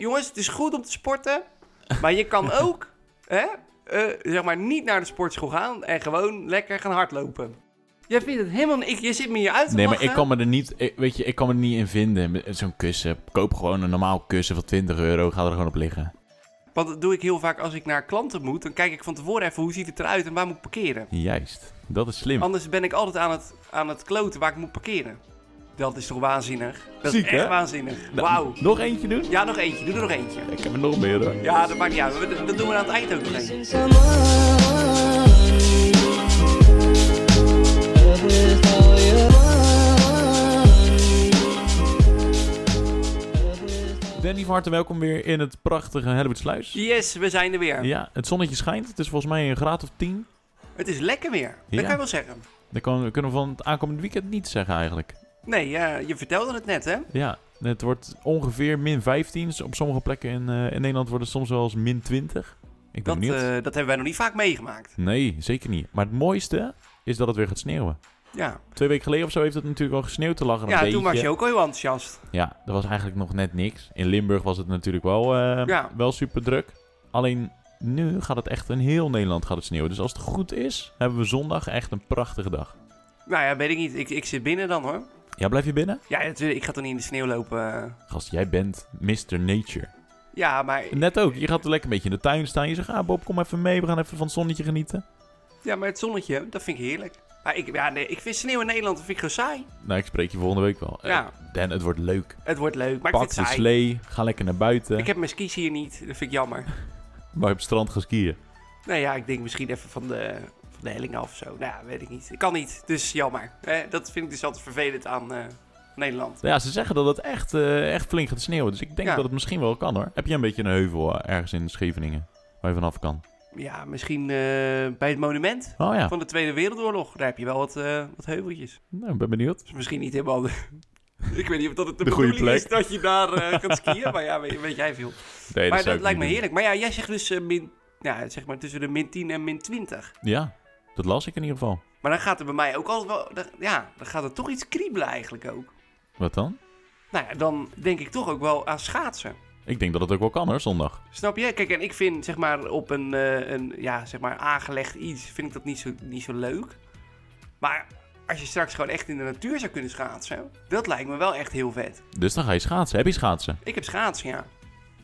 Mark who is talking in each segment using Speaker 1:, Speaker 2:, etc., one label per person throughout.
Speaker 1: jongens, het is goed om te sporten. Maar je kan ook, hè, eh, zeg maar, niet naar de sportschool gaan en gewoon lekker gaan hardlopen. Jij vindt het helemaal... Ik, je zit me hier uit te
Speaker 2: Nee, maar
Speaker 1: lachen.
Speaker 2: ik kan me er niet, ik- weet je, ik kan me er niet in vinden. Met Zo'n kussen. Koop gewoon een normaal kussen van 20 euro. Ga er gewoon op liggen.
Speaker 1: Want dat doe ik heel vaak als ik naar klanten moet. Dan kijk ik van tevoren even hoe ziet het eruit en waar moet ik parkeren.
Speaker 2: Juist. Dat is slim.
Speaker 1: Anders ben ik altijd aan het, aan het kloten waar ik moet parkeren. Dat is toch waanzinnig? Dat
Speaker 2: Ziek,
Speaker 1: is echt
Speaker 2: hè?
Speaker 1: waanzinnig.
Speaker 2: Nou,
Speaker 1: Wauw.
Speaker 2: Nog eentje doen?
Speaker 1: Ja, nog eentje. Doe er nog eentje.
Speaker 2: Ik heb er nog meer hoor.
Speaker 1: Ja, dat maakt niet uit. We- Dat doen we aan het eind ook nog even.
Speaker 3: Someone Love is all you want. Love is all
Speaker 2: Danny van harte welkom weer in het prachtige Herbertsluis.
Speaker 1: Yes, we zijn er weer.
Speaker 2: Ja, het zonnetje schijnt. Het is volgens mij een graad of 10.
Speaker 1: Het is lekker weer. Dat
Speaker 2: Ja.
Speaker 1: kan je wel zeggen.
Speaker 2: Dat kan- kunnen we van het aankomende weekend niet zeggen eigenlijk.
Speaker 1: Nee, ja, je vertelde het net, hè?
Speaker 2: Ja, het wordt ongeveer min 15. Op sommige plekken in, eh, in Nederland wordt het soms wel eens min 20. Ik
Speaker 1: Dat,
Speaker 2: ben
Speaker 1: eh,
Speaker 2: benieuwd.
Speaker 1: dat hebben wij nog niet vaak meegemaakt.
Speaker 2: Nee, zeker niet. Maar het mooiste is dat het weer gaat sneeuwen.
Speaker 1: Ja,
Speaker 2: Twee weken geleden of zo heeft het natuurlijk al gesneeuwd te lachen.
Speaker 1: ja toen was je ook al heel enthousiast.
Speaker 2: Ja, dat was eigenlijk nog net niks. In Limburg was het natuurlijk wel, eh,
Speaker 1: Ja.
Speaker 2: wel super druk. Alleen nu gaat het echt in heel Nederland gaat het sneeuwen. Dus als het goed is, hebben we zondag echt een prachtige dag.
Speaker 1: Nou ja, weet ik niet. Ik, ik zit binnen dan, hoor.
Speaker 2: Ja, blijf je binnen?
Speaker 1: Ja, natuurlijk. Ik ga toch niet in de sneeuw lopen. eh.
Speaker 2: Gast, jij bent Mr. Nature.
Speaker 1: Ja, maar,
Speaker 2: Net ook. Je gaat er lekker een beetje in de tuin staan. Je zegt, ah Bob, kom even mee. We gaan even van het zonnetje genieten.
Speaker 1: ja, maar het zonnetje, dat vind ik heerlijk. Maar ik, ja, nee, ik vind sneeuw in Nederland dat vind ik gewoon saai.
Speaker 2: Nou, ik spreek je volgende week wel. Eh,
Speaker 1: Ja.
Speaker 2: Dan, het wordt leuk.
Speaker 1: Het wordt leuk, maar ik
Speaker 2: Pak
Speaker 1: vind
Speaker 2: de
Speaker 1: het saai.
Speaker 2: slee. Ga lekker naar buiten.
Speaker 1: Ik heb mijn skis hier niet, dat vind ik jammer.
Speaker 2: Maar op het strand gaan skiën.
Speaker 1: nou ja, ik denk misschien even van de, van de helling af of zo. Nou ja, weet ik niet. Ik kan niet, dus jammer. Eh, dat vind ik dus altijd vervelend aan eh, Nederland.
Speaker 2: Ja, ze zeggen dat het echt, eh, echt flink gaat sneeuwen. Dus ik denk
Speaker 1: Ja.
Speaker 2: dat het misschien wel kan hoor. Heb je een beetje een heuvel eh, ergens in Scheveningen waar je vanaf kan?
Speaker 1: Ja, misschien eh, bij het monument
Speaker 2: Oh ja,
Speaker 1: van de Tweede Wereldoorlog. Daar heb je wel wat, eh, wat heuveltjes.
Speaker 2: nou, ik ben benieuwd.
Speaker 1: Dus misschien niet helemaal... de- ik weet niet of dat het de,
Speaker 2: De goede
Speaker 1: bedoeling is
Speaker 2: plek.
Speaker 1: dat je daar eh, gaat skiën. Maar ja, weet, weet jij veel.
Speaker 2: Nee,
Speaker 1: maar
Speaker 2: zou
Speaker 1: dat lijkt
Speaker 2: ik
Speaker 1: me
Speaker 2: niet doen.
Speaker 1: heerlijk. Maar ja, jij zegt dus eh, min, ja, zeg maar tussen de min 10 en min 20.
Speaker 2: Ja, dat las ik in ieder geval.
Speaker 1: Maar dan gaat er bij mij ook altijd wel... dan- ja, dan gaat er toch iets kriebelen eigenlijk ook.
Speaker 2: Wat dan?
Speaker 1: Nou ja, dan denk ik toch ook wel aan schaatsen.
Speaker 2: Ik denk dat het ook wel kan hoor, zondag.
Speaker 1: Snap je? Kijk, en ik vind zeg maar op een, eh, een ja, zeg maar aangelegd iets, vind ik dat niet zo, niet zo leuk. Maar als je straks gewoon echt in de natuur zou kunnen schaatsen, dat lijkt me wel echt heel vet.
Speaker 2: Dus dan ga je schaatsen. Heb je schaatsen?
Speaker 1: Ik heb schaatsen, ja.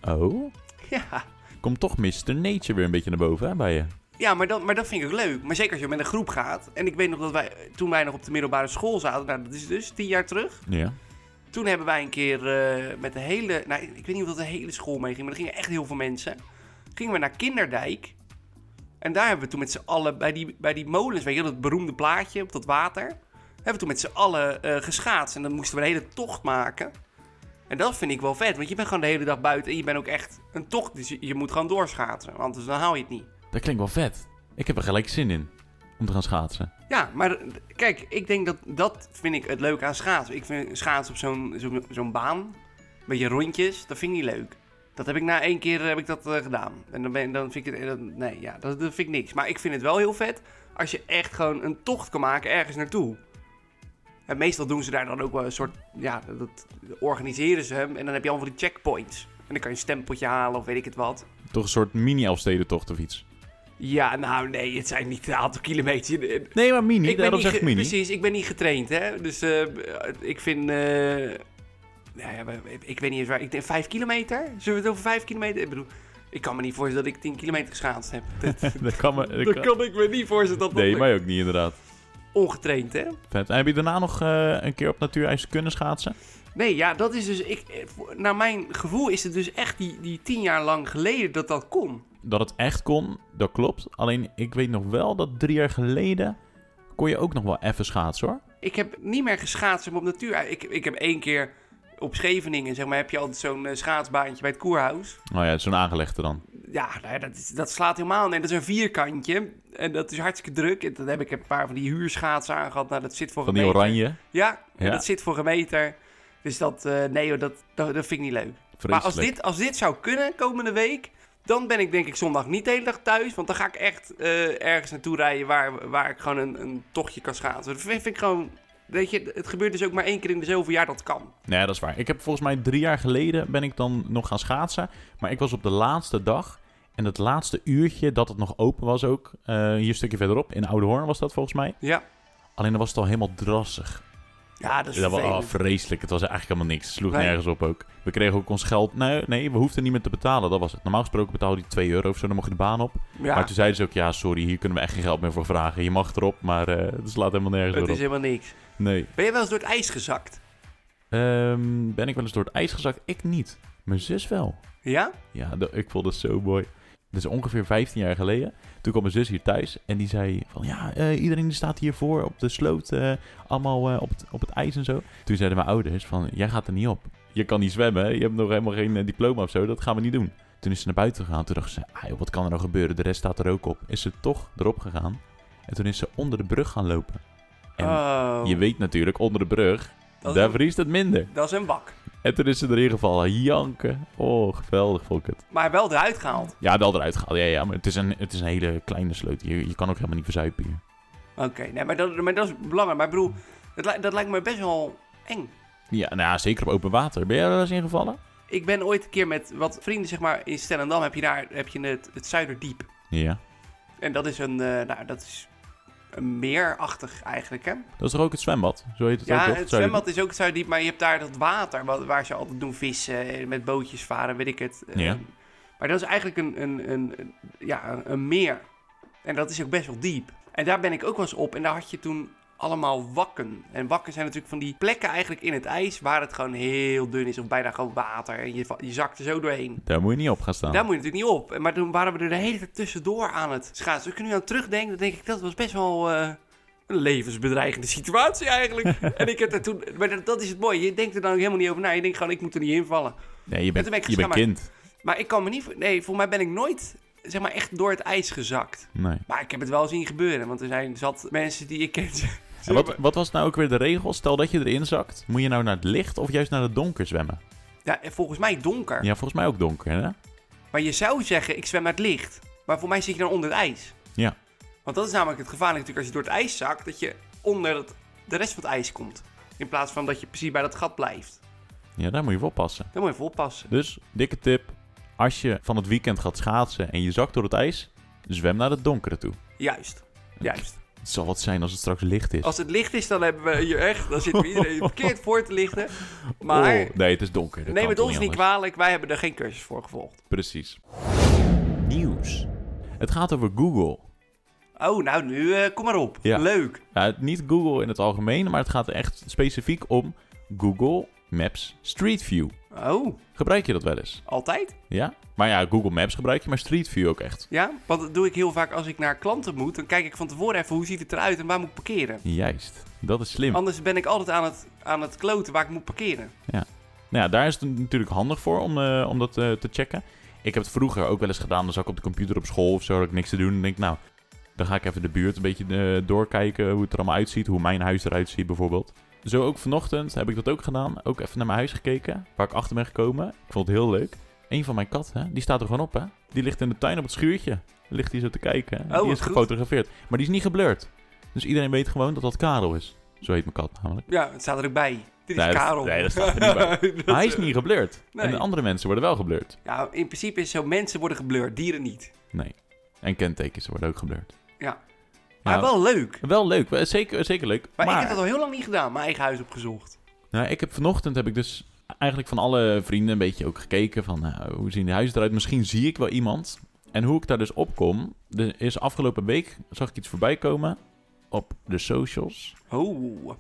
Speaker 2: Oh,
Speaker 1: Ja,
Speaker 2: komt toch Mr. Nature weer een beetje naar boven hè, bij je.
Speaker 1: ja maar, dat, maar dat vind ik ook leuk. Maar zeker als je met een groep gaat. En ik weet nog dat wij, eh, toen wij nog op de middelbare school zaten, nou dat is dus tien jaar terug.
Speaker 2: Ja.
Speaker 1: Toen hebben wij een keer eh, met de hele, nou ik weet niet of dat de hele school meeging, maar er gingen echt heel veel mensen. Gingen we naar Kinderdijk. En daar hebben we toen met z'n allen bij die, bij die molens, weet je, wel, dat beroemde plaatje op dat water. Hebben we toen met z'n allen eh geschaatst. En dan moesten we een hele tocht maken. En dat vind ik wel vet, want je bent gewoon de hele dag buiten en je bent ook echt een tocht. Dus je, je moet gewoon doorschaatsen, anders dan haal je het niet.
Speaker 2: Dat klinkt wel vet. Ik heb er gelijk zin in om te gaan schaatsen.
Speaker 1: Ja, maar eh, kijk, ik denk dat dat vind ik het leuk aan schaatsen. Ik vind schaatsen op zo'n zo'n zo'n baan, een beetje rondjes, dat vind ik niet leuk. Dat heb ik na één keer eh, heb ik dat eh, gedaan. En dan, ben, dan vind ik het, eh, dat- nee, ja, dat, dat vind ik niks. Maar ik vind het wel heel vet als je echt gewoon een tocht kan maken ergens naartoe. En meestal doen ze daar dan ook wel een soort, ja, dat organiseren ze hem. En dan heb je allemaal die checkpoints. En dan kan je een stempeltje halen of weet ik het wat.
Speaker 2: Toch een soort mini-afstedentocht of iets.
Speaker 1: Ja, nou nee, het zijn niet een aantal kilometers.
Speaker 2: Nee, maar mini.
Speaker 1: Ik ben
Speaker 2: daarom
Speaker 1: niet
Speaker 2: zeg ik
Speaker 1: ge-
Speaker 2: mini.
Speaker 1: Precies, ik ben niet getraind, hè. Dus eh, ik vind... eh, nou ja, maar ik weet niet eens waar... Ik denk vijf kilometer? Zullen we het over vijf kilometer... Ik bedoel, ik kan me niet voorstellen dat ik tien kilometer geschaatst heb. Dat,
Speaker 2: Dat kan me... dat
Speaker 1: dat
Speaker 2: kan-
Speaker 1: kan ik me niet voorstellen dat dat
Speaker 2: Nee,
Speaker 1: lukt.
Speaker 2: mij ook niet inderdaad.
Speaker 1: Ongetraind, hè.
Speaker 2: Vet. En heb je daarna nog eh, een keer op natuurijs kunnen schaatsen?
Speaker 1: Nee, ja, dat is dus... Ik, eh, voor- naar mijn gevoel is het dus echt die, die tien jaar lang geleden dat dat kon.
Speaker 2: Dat het echt kon, dat klopt. Alleen ik weet nog wel dat drie jaar geleden kon je ook nog wel even schaatsen hoor.
Speaker 1: Ik heb niet meer geschaatst zeg maar, op natuur. Ik, ik heb één keer op Scheveningen, zeg maar, heb je altijd zo'n eh, schaatsbaantje bij het Koerhuis.
Speaker 2: Nou ja, zo'n aangelegde dan.
Speaker 1: Ja, nou ja, dat, is- dat slaat helemaal neer. Dat is een vierkantje. En dat is hartstikke druk. En dan heb ik een paar van die huurschaatsen aangehad. Nou, dat zit voor
Speaker 2: Van
Speaker 1: een
Speaker 2: die
Speaker 1: meter.
Speaker 2: oranje.
Speaker 1: Ja,
Speaker 2: Ja.
Speaker 1: dat zit voor een meter. Dus dat, eh, nee hoor, dat, dat, dat vind ik niet leuk. Maar als
Speaker 2: Vreselijk.
Speaker 1: dit, als dit zou kunnen komende week, dan ben ik denk ik zondag niet de hele dag thuis. Want dan ga ik echt eh, ergens naartoe rijden waar, waar ik gewoon een, een tochtje kan schaatsen. Dat vind, vind ik gewoon Weet je, het gebeurt dus ook maar één keer in de zoveel jaar dat kan.
Speaker 2: Nee, dat is waar. Ik heb volgens mij drie jaar geleden ben ik dan nog gaan schaatsen. Maar ik was op de laatste dag. En het laatste uurtje dat het nog open was ook. eh, hier een stukje verderop. In Oude Hoorn was dat volgens mij.
Speaker 1: Ja,
Speaker 2: Alleen dan was het al helemaal drassig.
Speaker 1: ja dat is
Speaker 2: Dat was
Speaker 1: vervelend.
Speaker 2: oh, vreselijk. Het was eigenlijk helemaal niks. Het sloeg
Speaker 1: Nee.
Speaker 2: nergens op ook. We kregen ook ons geld. Nee, nee, we hoefden niet meer te betalen. Dat was het. Normaal gesproken betaalde die 2 euro of zo. Dan mocht je de baan op.
Speaker 1: ja,
Speaker 2: Maar toen zeiden ze ook: ja, sorry, hier kunnen we echt geen geld meer voor vragen. Je mag erop, maar eh, het slaat helemaal nergens
Speaker 1: het
Speaker 2: meer
Speaker 1: is
Speaker 2: op.
Speaker 1: helemaal niks.
Speaker 2: Nee.
Speaker 1: Ben je wel eens door het ijs gezakt?
Speaker 2: Ehm, ben ik wel eens door het ijs gezakt? Ik niet. Mijn zus wel.
Speaker 1: Ja?
Speaker 2: Ja, dat- ik vond het zo mooi. Dat is ongeveer 15 jaar geleden. Toen kwam mijn zus hier thuis en die zei van... Ja, eh, iedereen die staat hiervoor op de sloot. eh, allemaal eh, op, het, op het ijs en zo. Toen zeiden mijn ouders van... Jij gaat er niet op. Je kan niet zwemmen. hè. Je hebt nog helemaal geen eh, diploma of zo. Dat gaan we niet doen. Toen is ze naar buiten gegaan. Toen dacht ze... Ah, joh, wat kan er nou gebeuren? De rest staat er ook op. Is ze toch erop gegaan. En toen is ze onder de brug gaan lopen. En
Speaker 1: oh,
Speaker 2: je weet natuurlijk, onder de brug...
Speaker 1: dat, is
Speaker 2: daar
Speaker 1: een,
Speaker 2: vriest het minder.
Speaker 1: dat is een bak.
Speaker 2: En toen is ze erin gevallen. Janken. Oh, geweldig vond ik het.
Speaker 1: Maar wel eruit gehaald.
Speaker 2: Ja, wel eruit gehaald. Ja, ja, maar het is een, het is een hele kleine sloot. Je, je kan ook helemaal niet verzuipen hier.
Speaker 1: Oké, nee, maar dat, maar dat is belangrijk. Maar ik bedoel, dat, li- dat lijkt me best wel eng.
Speaker 2: Ja, nou ja, zeker op open water. Ben jij er wel eens ingevallen?
Speaker 1: Ik ben ooit een keer met wat vrienden, zeg maar, in Stellendam heb je daar heb je het, het Zuiderdiep.
Speaker 2: Ja.
Speaker 1: En dat is een, eh, nou, dat is een meerachtig eigenlijk, hè?
Speaker 2: Dat is toch ook het zwembad? Zo heet het ook,
Speaker 1: ja,
Speaker 2: toch?
Speaker 1: het
Speaker 2: Zou je-
Speaker 1: zwembad is ook het Zuiderdiep, maar je hebt daar dat water wat, waar ze altijd doen vissen, eh, met bootjes varen, weet ik het. Eh,
Speaker 2: Ja.
Speaker 1: Maar dat is eigenlijk een, een, een, een- ja, een- een meer. En dat is ook best wel diep. En daar ben ik ook wel eens op en daar had je toen allemaal wakken. En wakken zijn natuurlijk van die plekken eigenlijk in het ijs waar het gewoon heel dun is of bijna gewoon water. En je, va- je zakt er zo doorheen.
Speaker 2: Daar moet je niet op gaan staan.
Speaker 1: Daar moet je natuurlijk niet op. En Maar toen waren we er de hele tijd tussendoor aan het schaatsen. Als ik er nu aan terugdenk, dan denk ik, dat was best wel eh, een levensbedreigende situatie eigenlijk. en ik heb er toen... Maar dat, dat is het mooie. Je denkt er dan ook helemaal niet over na. Je denkt gewoon, ik moet er niet invallen.
Speaker 2: Nee, je bent,
Speaker 1: toen ben ik
Speaker 2: je bent kind.
Speaker 1: Maar ik kan me niet... voor- Nee, voor mij ben ik nooit, zeg maar, echt door het ijs gezakt.
Speaker 2: Nee.
Speaker 1: Maar ik heb het wel zien gebeuren. Want er zijn zat mensen die ik kent.
Speaker 2: En wat, wat was nou ook weer de regel? Stel dat je erin zakt, moet je nou naar het licht of juist naar het donker zwemmen?
Speaker 1: Ja, volgens mij donker.
Speaker 2: Ja, volgens mij ook donker, hè?
Speaker 1: Maar je zou zeggen, ik zwem naar het licht. Maar voor mij zit je dan onder het ijs.
Speaker 2: Ja.
Speaker 1: Want dat is namelijk het gevaarlijk natuurlijk als je door het ijs zakt, dat je onder het, de rest van het ijs komt. In plaats van dat je precies bij dat gat blijft.
Speaker 2: Ja, daar moet je voor oppassen.
Speaker 1: Daar moet je voor oppassen.
Speaker 2: Dus, dikke tip. Als je van het weekend gaat schaatsen en je zakt door het ijs, zwem naar het donkere toe.
Speaker 1: Juist. Juist.
Speaker 2: Het zal wat zijn als het straks licht is.
Speaker 1: Als het licht is, dan hebben we hier echt, dan zitten we iedereen verkeerd voor te lichten. Maar
Speaker 2: Oh, nee, het is donker. Dat
Speaker 1: neem
Speaker 2: kan
Speaker 1: het
Speaker 2: toch
Speaker 1: ons niet
Speaker 2: anders.
Speaker 1: kwalijk, wij hebben er geen cursus voor gevolgd.
Speaker 2: Precies. Nieuws. Het gaat over Google.
Speaker 1: Oh, nou nu, eh, kom maar op.
Speaker 2: Ja.
Speaker 1: Leuk.
Speaker 2: Ja, het- niet Google in het algemeen, maar het gaat echt specifiek om Google Maps Street View.
Speaker 1: Oh,
Speaker 2: Gebruik je dat wel eens?
Speaker 1: altijd?
Speaker 2: Ja? Maar ja, Google Maps gebruik je, maar Street View ook echt.
Speaker 1: Ja, want dat doe ik heel vaak als ik naar klanten moet. Dan kijk ik van tevoren even hoe ziet het eruit en waar moet ik parkeren.
Speaker 2: Juist. Dat is slim.
Speaker 1: Anders ben ik altijd aan het, aan het kloten waar ik moet parkeren.
Speaker 2: Nou ja, daar is het natuurlijk handig voor om, eh, om dat eh, te checken. Ik heb het vroeger ook wel eens gedaan. Dan zat ik op de computer op school of zo, had ik niks te doen. Dan denk ik, nou, dan ga ik even de buurt een beetje eh, doorkijken hoe het er allemaal uitziet. Hoe mijn huis eruit ziet bijvoorbeeld. Zo ook vanochtend heb ik dat ook gedaan. Ook even naar mijn huis gekeken, waar ik achter ben gekomen. Ik vond het heel leuk. Een van mijn katten, die staat er gewoon op, hè. Die ligt in de tuin op het schuurtje. Ligt hij zo te kijken.
Speaker 1: Oh, wat
Speaker 2: die is
Speaker 1: goed.
Speaker 2: gefotografeerd. Maar die is niet geblurred. Dus iedereen weet gewoon dat dat Karel is. Zo heet mijn kat namelijk.
Speaker 1: Ja, het staat er ook bij. Dit is
Speaker 2: Nee, dat-
Speaker 1: Karel.
Speaker 2: nee, dat staat er niet bij.
Speaker 1: Dat- eh,
Speaker 2: Maar hij is niet geblurred.
Speaker 1: Nee.
Speaker 2: En de andere mensen worden wel geblurred.
Speaker 1: Ja, in principe is het zo, mensen worden geblurred, dieren niet.
Speaker 2: Nee. En kentekens worden ook geblurred.
Speaker 1: Ja. Maar
Speaker 2: Ja, wel...
Speaker 1: wel leuk.
Speaker 2: leuk. Wel- Zeker, zeker leuk.
Speaker 1: Maar,
Speaker 2: Maar,
Speaker 1: ik heb dat al heel lang niet gedaan, mijn eigen huis opgezocht.
Speaker 2: Nou, ik heb vanochtend heb ik dus eigenlijk van alle vrienden een beetje ook gekeken van nou, hoe zien die huizen eruit. Misschien zie ik wel iemand. En hoe ik daar dus op kom, er is afgelopen week zag ik iets voorbij komen op de socials.
Speaker 1: Oh,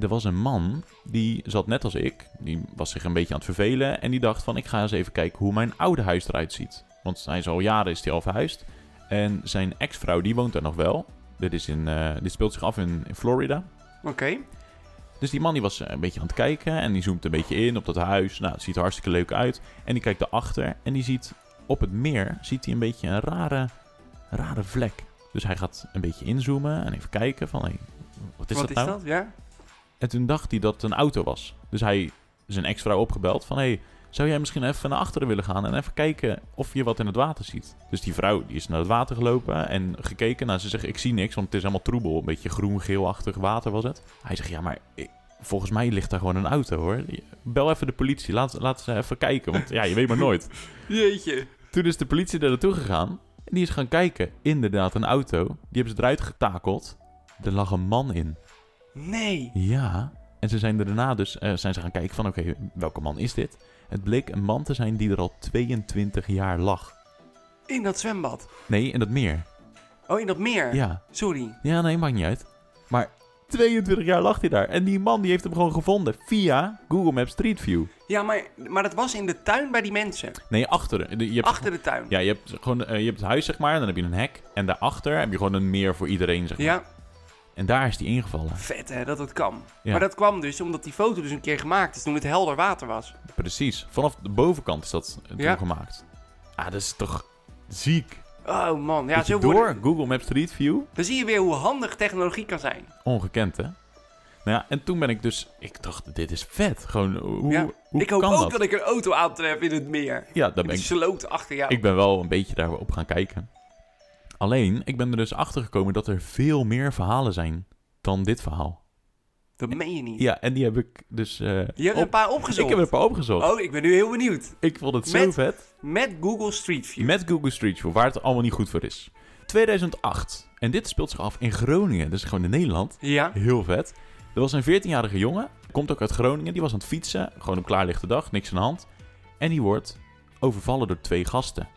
Speaker 2: Er was een man die zat net als ik. Die was zich een beetje aan het vervelen. En die dacht van ik ga eens even kijken hoe mijn oude huis eruit ziet. Want hij is al jaren is hij al verhuisd. En zijn ex-vrouw die woont daar nog wel. Dit, is in, eh, dit speelt zich af in, in Florida.
Speaker 1: oké.
Speaker 2: Dus die man die was eh, een beetje aan het kijken. En die zoomt een beetje in op dat huis. Nou, het ziet er hartstikke leuk uit. En die kijkt daarachter. En die ziet op het meer ziet hij een beetje een rare, rare vlek. Dus hij gaat een beetje inzoomen en even kijken van... Hey, wat is
Speaker 1: Wat
Speaker 2: dat nou?
Speaker 1: Ja?
Speaker 2: En toen dacht hij dat het een auto was. Dus hij zijn ex-vrouw opgebeld van... Hé, hey, Zou jij misschien even naar achteren willen gaan en even kijken of je wat in het water ziet? Dus die vrouw die is naar het water gelopen en gekeken. Nou, ze zegt, ik zie niks, want het is allemaal troebel. Een beetje groen-geelachtig water was het. Hij zegt, ja, maar ik- volgens mij ligt daar gewoon een auto, hoor. Bel even de politie, laat, laat ze even kijken, want ja, je weet maar nooit.
Speaker 1: Jeetje.
Speaker 2: Toen is de politie daar naartoe gegaan. En die is gaan kijken. Inderdaad, een auto. Die hebben ze eruit getakeld. Er lag een man in.
Speaker 1: Nee.
Speaker 2: Ja. En ze zijn er daarna dus eh, zijn ze gaan kijken van... Oké, welke man is dit? Het bleek een man te zijn die er al 22 jaar lag.
Speaker 1: In dat zwembad.
Speaker 2: Nee, en dat meer.
Speaker 1: Oh, in dat meer.
Speaker 2: Ja.
Speaker 1: Sorry.
Speaker 2: Ja, nee, maakt niet uit. Maar 22 jaar lag hij daar. En die man die heeft hem gewoon gevonden. Via Google Maps Street View.
Speaker 1: Ja, maar, maar dat was in de tuin bij die mensen.
Speaker 2: Nee, achteren. Je hebt
Speaker 1: Achter de tuin.
Speaker 2: Ja, je hebt, gewoon, eh, je hebt het huis, zeg maar. En dan heb je een hek. En daarachter heb je gewoon een meer voor iedereen, zeg maar.
Speaker 1: Ja,
Speaker 2: En daar is die ingevallen.
Speaker 1: vet hè, dat het kan.
Speaker 2: Ja.
Speaker 1: Maar dat kwam dus omdat die foto dus een keer gemaakt is toen het helder water was.
Speaker 2: Precies. Vanaf de bovenkant is dat eh, toen
Speaker 1: Ja.
Speaker 2: gemaakt. Ah, dat is toch ziek.
Speaker 1: Oh man, ja,
Speaker 2: Dat je
Speaker 1: zo
Speaker 2: door
Speaker 1: worden...
Speaker 2: Google Maps Street View.
Speaker 1: Dan zie je weer hoe handig technologie kan zijn.
Speaker 2: Ongekend, hè? Nou ja, en toen ben ik dus... Ik dacht, dit is vet. Gewoon, hoe,
Speaker 1: Ja.
Speaker 2: hoe
Speaker 1: ik hoop
Speaker 2: kan
Speaker 1: ook
Speaker 2: dat?
Speaker 1: dat ik een auto aantref in het meer.
Speaker 2: Ja, daar
Speaker 1: in
Speaker 2: ben
Speaker 1: het
Speaker 2: ik...
Speaker 1: sloot achter jou.
Speaker 2: Ik ben wel een beetje daarop gaan kijken. Alleen, ik ben er dus achter gekomen dat er veel meer verhalen zijn dan dit verhaal.
Speaker 1: Dat meen je niet.
Speaker 2: Ja, en die heb ik dus... eh,
Speaker 1: Je hebt
Speaker 2: op-
Speaker 1: een paar
Speaker 2: Ik
Speaker 1: opgezocht.
Speaker 2: heb er een paar opgezocht.
Speaker 1: Oh, ik ben nu heel benieuwd.
Speaker 2: Ik vond het zo
Speaker 1: Met-
Speaker 2: vet.
Speaker 1: Met Google Street View.
Speaker 2: Met Google Street View, waar het allemaal niet goed voor is. 2008. En dit speelt zich af in Groningen, dus gewoon in Nederland.
Speaker 1: Ja.
Speaker 2: Heel vet. Er was een 14-jarige jongen, komt ook uit Groningen. Die was aan het fietsen, gewoon op klaarlichte dag, niks aan de hand. En die wordt overvallen door twee gasten.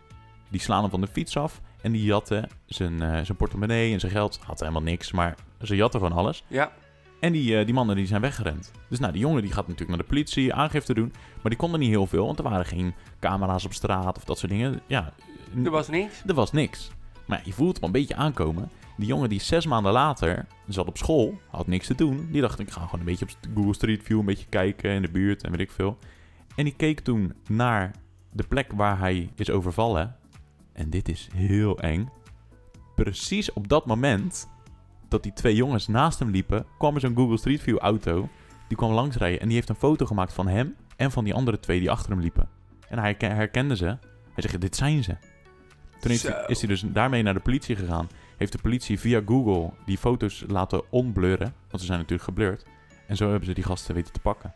Speaker 2: Die slaan hem van de fiets af en die jatten zijn, eh, zijn portemonnee en zijn geld. Had helemaal niks, maar ze jatten gewoon alles.
Speaker 1: Ja.
Speaker 2: En die, eh, die mannen die zijn weggerend. Dus nou, die jongen die gaat natuurlijk naar de politie, aangifte doen. Maar die kon er niet heel veel, want er waren geen camera's op straat of dat soort dingen. Ja, n-
Speaker 1: Er was niks.
Speaker 2: er was niks. Maar ja, je voelt hem een beetje aankomen. Die jongen die zes maanden later zat op school, had niks te doen. Die dacht, ik ga gewoon een beetje op Google Street View een beetje kijken in de buurt en weet ik veel. En die keek toen naar de plek waar hij is overvallen. En dit is heel eng. Precies op dat moment dat die twee jongens naast hem liepen, kwam er zo'n Google Street View auto. Die kwam langsrijden en die heeft een foto gemaakt van hem en van die andere twee die achter hem liepen. En hij herken- herkende ze. Hij zegt, dit zijn ze. Toen heeft hij,
Speaker 1: Zo.
Speaker 2: is hij dus daarmee naar de politie gegaan. Heeft de politie via Google die foto's laten onblurren. Want ze zijn natuurlijk geblurred. En zo hebben ze die gasten weten te pakken.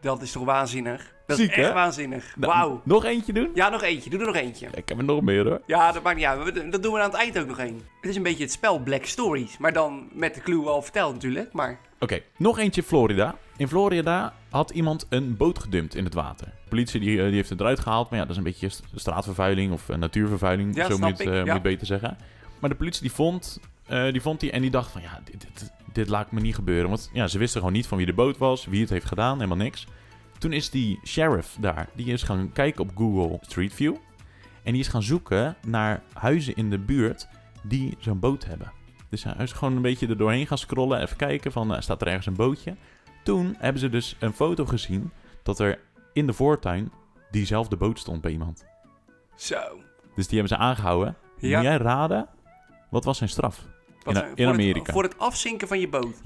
Speaker 1: Dat is toch waanzinnig? Dat
Speaker 2: Ziek,
Speaker 1: is echt
Speaker 2: hè?
Speaker 1: waanzinnig.
Speaker 2: Nou,
Speaker 1: Wauw.
Speaker 2: Nog eentje doen?
Speaker 1: Ja, nog eentje. Doe er nog eentje.
Speaker 2: Ik heb er nog meer hoor.
Speaker 1: Ja, dat maakt niet uit. We- Dat doen we aan het eind ook nog één. Het is een beetje het spel Black Stories. Maar dan met de clue al verteld natuurlijk. Maar
Speaker 2: Oké, nog eentje Florida. In Florida had iemand een boot gedumpt in het water. De politie die, eh, die heeft het eruit gehaald. Maar ja, dat is een beetje st- straatvervuiling of eh, natuurvervuiling.
Speaker 1: Ja,
Speaker 2: zo moet
Speaker 1: snap
Speaker 2: je het,
Speaker 1: ik,
Speaker 2: eh,
Speaker 1: ja.
Speaker 2: moet je het beter zeggen. Maar de politie die vond, eh, die, vond die en die dacht van ja, dit, dit, dit laat ik me niet gebeuren. Want ja, ze wisten gewoon niet van wie de boot was, wie het heeft gedaan, helemaal niks. Toen is die sheriff daar, die is gaan kijken op Google Street View. En die is gaan zoeken naar huizen in de buurt die zo'n boot hebben. Dus hij is gewoon een beetje er doorheen gaan scrollen. Even kijken van, eh, staat er ergens een bootje? Toen hebben ze dus een foto gezien dat er in de voortuin diezelfde boot stond bij iemand.
Speaker 1: zo.
Speaker 2: Dus die hebben ze aangehouden.
Speaker 1: Ja.
Speaker 2: Moet jij raden, wat was zijn straf?
Speaker 1: Wat-
Speaker 2: in
Speaker 1: voor
Speaker 2: Amerika.
Speaker 1: Het, voor het afzinken van je boot.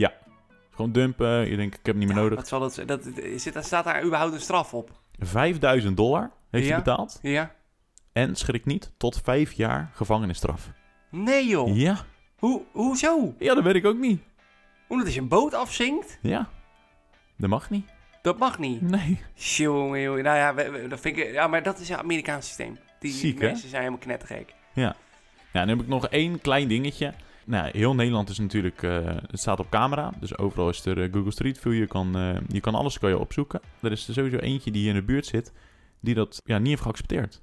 Speaker 2: Gewoon dumpen, je denkt ik heb hem niet meer nodig.
Speaker 1: Wat zal dat, dat, zit, daar- staat daar überhaupt een straf op?
Speaker 2: 5000 dollar heeft
Speaker 1: Ja.
Speaker 2: hij betaald.
Speaker 1: Ja?
Speaker 2: En schrik niet, tot vijf jaar gevangenisstraf.
Speaker 1: Nee joh.
Speaker 2: Ja.
Speaker 1: Hoe, hoezo?
Speaker 2: ja, dat weet ik ook niet.
Speaker 1: Omdat als je een boot afzinkt?
Speaker 2: Ja, dat mag niet.
Speaker 1: Dat mag niet.
Speaker 2: Nee.
Speaker 1: Jongen, jongen. Nou ja, we- we- dat vind ik, ja, maar dat is het Amerikaans systeem. Die
Speaker 2: Ziek, hè?
Speaker 1: mensen zijn helemaal knettergek.
Speaker 2: Ja, dan heb ik nog één klein dingetje. Nou, ja, heel Nederland is natuurlijk, eh, het staat op camera. Dus overal is er eh, Google Street View. Je kan, eh, je kan alles kan je opzoeken. Er is er sowieso eentje die hier in de buurt zit, die dat ja, niet heeft geaccepteerd.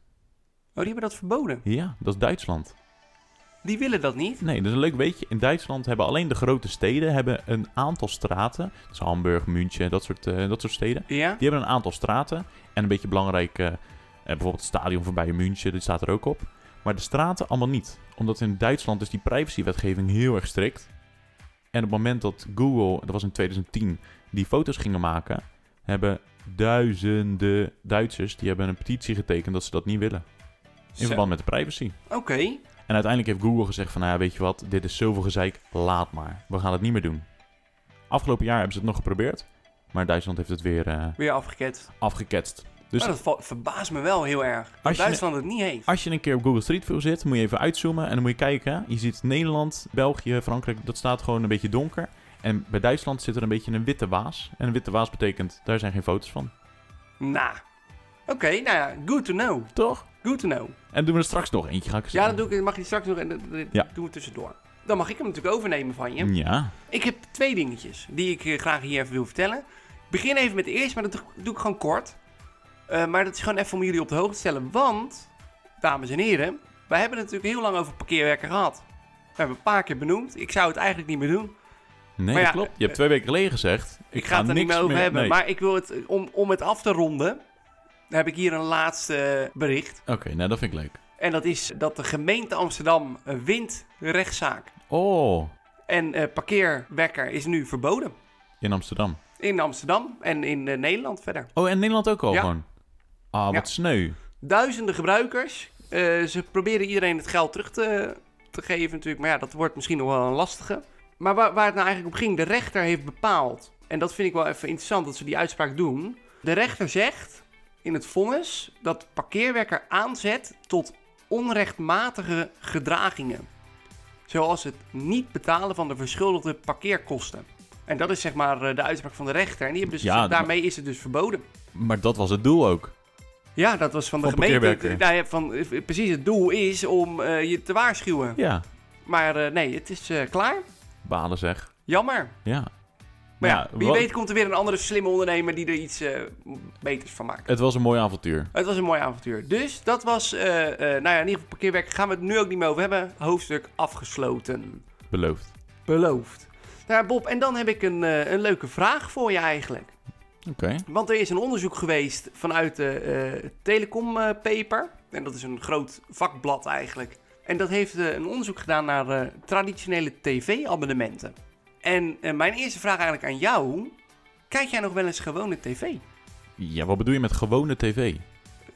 Speaker 1: Oh, die hebben dat verboden.
Speaker 2: Ja, dat is Duitsland.
Speaker 1: Die willen dat niet.
Speaker 2: Nee, dat is een leuk weetje. In Duitsland hebben alleen de grote steden hebben een aantal straten. Dus Hamburg, München, dat soort, eh, dat soort steden.
Speaker 1: Ja?
Speaker 2: Die hebben een aantal straten. En een beetje belangrijk, eh, eh, bijvoorbeeld het stadion voorbij in München, dit staat er ook op. Maar de straten allemaal niet. Omdat in Duitsland is die privacywetgeving heel erg strikt. En op het moment dat Google, dat was in 2010, die foto's gingen maken, hebben duizenden Duitsers die hebben een petitie getekend dat ze dat niet willen. In
Speaker 1: Zo.
Speaker 2: verband met de privacy.
Speaker 1: Oké.
Speaker 2: En uiteindelijk heeft Google gezegd van, nou ja, weet je wat, dit is zoveel gezeik, laat maar. We gaan het niet meer doen. Afgelopen jaar hebben ze het nog geprobeerd, maar Duitsland heeft het weer eh,
Speaker 1: Weer afgeketst.
Speaker 2: afgeketst. Dus
Speaker 1: maar dat va- verbaast me wel heel erg. Dat
Speaker 2: Als je-
Speaker 1: Duitsland het niet heeft.
Speaker 2: Als je een keer op Google Street View zit, moet je even uitzoomen en dan moet je kijken. Je ziet Nederland, België, Frankrijk, dat staat gewoon een beetje donker. En bij Duitsland zit er een beetje een witte waas. En een witte waas betekent, daar zijn geen foto's van.
Speaker 1: Nou, oké, nou ja, good to know.
Speaker 2: Toch?
Speaker 1: Good to know.
Speaker 2: En doen we er straks nog eentje, ga ik
Speaker 1: Ja, dat doe ik, mag je straks nog en dat, dat
Speaker 2: Ja.
Speaker 1: doen we tussendoor. Dan mag ik hem natuurlijk overnemen van je.
Speaker 2: Ja.
Speaker 1: Ik heb twee dingetjes die ik eh, graag hier even wil vertellen. Ik begin even met de eerste, maar dat doe- doe ik gewoon kort. Eh, maar dat is gewoon even om jullie op de hoogte te stellen. Want, dames en heren, wij hebben het natuurlijk heel lang over parkeerwerken gehad. We hebben het een paar keer benoemd. Ik zou het eigenlijk niet meer doen.
Speaker 2: Nee,
Speaker 1: Maar
Speaker 2: dat
Speaker 1: ja, eh,
Speaker 2: klopt. Je hebt twee weken geleden gezegd, ik,
Speaker 1: Ik ga het er niet
Speaker 2: niks
Speaker 1: meer over hebben.
Speaker 2: nee.
Speaker 1: Maar ik wil het, eh, om, om het af te ronden, heb ik hier een laatste eh, bericht.
Speaker 2: Oké, nou dat vind ik leuk.
Speaker 1: En dat is dat de gemeente Amsterdam eh, wint de rechtszaak.
Speaker 2: Oh,
Speaker 1: En eh, parkeerwekker is nu verboden.
Speaker 2: in Amsterdam.
Speaker 1: In Amsterdam en in eh, Nederland verder.
Speaker 2: Oh, en Nederland ook al
Speaker 1: Ja.
Speaker 2: gewoon. Ah, wat
Speaker 1: Ja.
Speaker 2: sneu.
Speaker 1: Duizenden gebruikers. eh, ze proberen iedereen het geld terug te, te geven natuurlijk. Maar ja, dat wordt misschien nog wel een lastige. Maar waar, waar het nou eigenlijk om ging, de rechter heeft bepaald. En dat vind ik wel even interessant dat ze die uitspraak doen. De rechter zegt in het vonnis dat parkeerwekker aanzet tot onrechtmatige gedragingen. Zoals het niet betalen van de verschuldigde parkeerkosten. En dat is zeg maar eh, de uitspraak van de rechter. En die hebben dus
Speaker 2: Ja,
Speaker 1: gezegd,
Speaker 2: maar-
Speaker 1: daarmee is het dus verboden.
Speaker 2: Maar dat was het doel ook.
Speaker 1: Ja, dat was van de
Speaker 2: Van
Speaker 1: gemeente.
Speaker 2: parkeerwerken.
Speaker 1: Nou ja, van, eh, precies, het doel is om eh, je te waarschuwen.
Speaker 2: Ja,
Speaker 1: Maar eh, nee, het is eh, klaar.
Speaker 2: balen zeg.
Speaker 1: Jammer.
Speaker 2: Ja.
Speaker 1: Maar ja,
Speaker 2: Nou,
Speaker 1: wie
Speaker 2: wat-
Speaker 1: weet komt er weer een andere slimme ondernemer die er iets eh, beters van maakt.
Speaker 2: Het was een mooi avontuur.
Speaker 1: Het was een mooi avontuur. Dus dat was, eh, eh, nou ja, in ieder geval parkeerwerk gaan we het nu ook niet meer over hebben. Hoofdstuk afgesloten.
Speaker 2: Beloofd.
Speaker 1: Beloofd. Nou ja, Bob, en dan heb ik een, eh, een leuke vraag voor je eigenlijk.
Speaker 2: Oké.
Speaker 1: Want er is een onderzoek geweest vanuit de eh, Telecom eh, Paper. En dat is een groot vakblad eigenlijk. En dat heeft eh, een onderzoek gedaan naar eh, traditionele tv-abonnementen. En eh, mijn eerste vraag eigenlijk aan jou. Kijk jij nog wel eens gewone tv?
Speaker 2: Ja, wat bedoel je met gewone tv?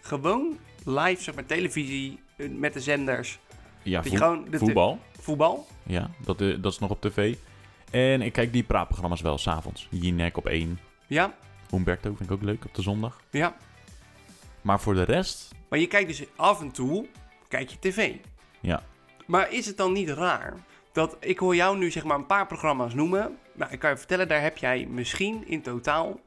Speaker 1: Gewoon live, zeg maar, televisie, eh, met de zenders.
Speaker 2: Ja,
Speaker 1: Die
Speaker 2: voet-
Speaker 1: gewoon de te-
Speaker 2: voetbal.
Speaker 1: Voetbal?
Speaker 2: Ja, dat, eh, dat is nog op tv. En ik kijk die praatprogramma's wel s'avonds. Jinek op 1.
Speaker 1: Ja,
Speaker 2: Humberto vind ik ook leuk op de zondag.
Speaker 1: ja.
Speaker 2: Maar voor de rest...
Speaker 1: Maar je kijkt dus af en toe, kijk je tv.
Speaker 2: Ja.
Speaker 1: Maar is het dan niet raar dat ik hoor jou nu zeg maar een paar programma's noemen. Nou, ik kan je vertellen, daar heb jij misschien in totaal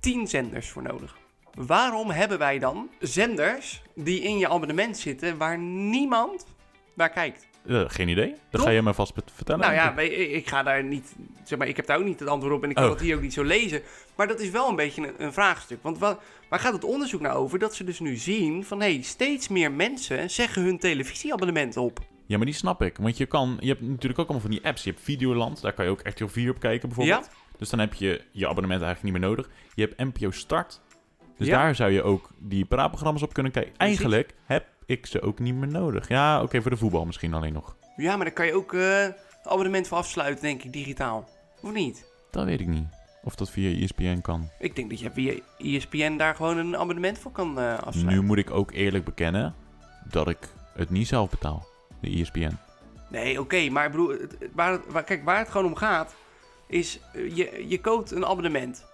Speaker 1: 10 zenders voor nodig. Waarom hebben wij dan zenders die in je abonnement zitten waar niemand naar kijkt?
Speaker 2: eh, geen idee. Dat
Speaker 1: Toch?
Speaker 2: ga jij me vast bet- vertellen.
Speaker 1: Nou ja, we- ik ik ga daar niet, zeg maar, ik heb daar ook niet het antwoord op en ik kan
Speaker 2: Oh.
Speaker 1: dat hier ook niet zo lezen. Maar dat is wel een beetje een, een vraagstuk. Want wa- waar gaat het onderzoek nou over? Dat ze dus nu zien van, hé, hey, steeds meer mensen zeggen hun televisieabonnement op.
Speaker 2: Ja, maar die snap ik. Want je kan... Je hebt natuurlijk ook allemaal van die apps. Je hebt Videoland. Daar kan je ook RTL 4 op kijken bijvoorbeeld. Dus dan heb je je abonnement eigenlijk niet meer nodig. Je hebt NPO Start. Dus
Speaker 1: Ja.
Speaker 2: daar zou je ook die praatprogramma's op kunnen kijken. Eigenlijk heb ik ze ook niet meer nodig. Ja, oké, voor de voetbal misschien alleen nog.
Speaker 1: Ja, maar daar kan je ook eh, een abonnement voor afsluiten, denk ik, digitaal. Of niet?
Speaker 2: Dat weet ik niet. Of dat via E ESPN kan.
Speaker 1: Ik denk dat je via E ESPN daar gewoon een abonnement voor kan eh, afsluiten.
Speaker 2: Nu moet ik ook eerlijk bekennen dat ik het niet zelf betaal, de E ESPN.
Speaker 1: Nee, oké, maar ik bedoel, het- het- waar, het- waar- kijk, waar het gewoon om gaat, is eh, je, je koopt een abonnement.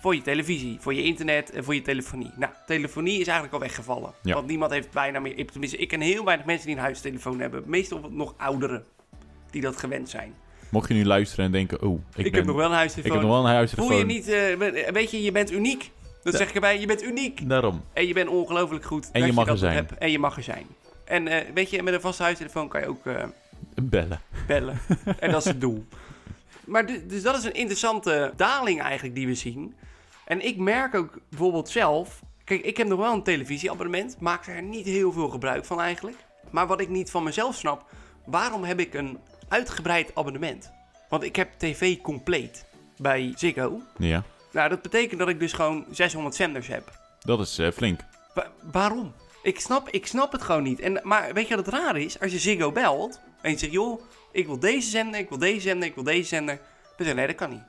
Speaker 1: Voor je televisie, voor je internet en voor je telefonie. Nou, telefonie is eigenlijk al weggevallen.
Speaker 2: Ja.
Speaker 1: Want niemand heeft bijna meer. ik- Tenminste, ik ken heel weinig mensen die een huistelefoon hebben. Meestal nog ouderen die dat gewend zijn.
Speaker 2: Mocht je nu luisteren en denken, oh, ik,
Speaker 1: Ik,
Speaker 2: ben,
Speaker 1: heb nog wel een
Speaker 2: ik
Speaker 1: huistelefoon.
Speaker 2: heb nog wel een huistelefoon.
Speaker 1: Voel je niet, eh, we- weet je, je bent uniek. Dat
Speaker 2: Ja.
Speaker 1: zeg ik erbij, je bent uniek.
Speaker 2: Daarom.
Speaker 1: En je bent ongelooflijk goed. dat
Speaker 2: je mag
Speaker 1: dat
Speaker 2: er zijn.
Speaker 1: hebt. En je mag er zijn. En eh, weet je, met een vaste huistelefoon kan je ook eh,
Speaker 2: Bellen.
Speaker 1: bellen. en dat is het doel. Maar du- dus dat is een interessante daling eigenlijk die we zien. En ik merk ook bijvoorbeeld zelf... Kijk, ik heb nog wel een televisieabonnement. Maak er niet heel veel gebruik van eigenlijk. Maar wat ik niet van mezelf snap... Waarom heb ik een uitgebreid abonnement? Want ik heb tv compleet bij Ziggo.
Speaker 2: Ja,
Speaker 1: Nou, dat betekent dat ik dus gewoon 600 zenders heb.
Speaker 2: dat is eh, flink.
Speaker 1: Wa- waarom? Ik snap, ik snap het gewoon niet. En, maar weet je wat het raar is? Als je Ziggo belt en je zegt... joh, ik wil deze zender, ik wil deze zender, ik wil deze zender... Dan zeg je, nee, dat kan niet.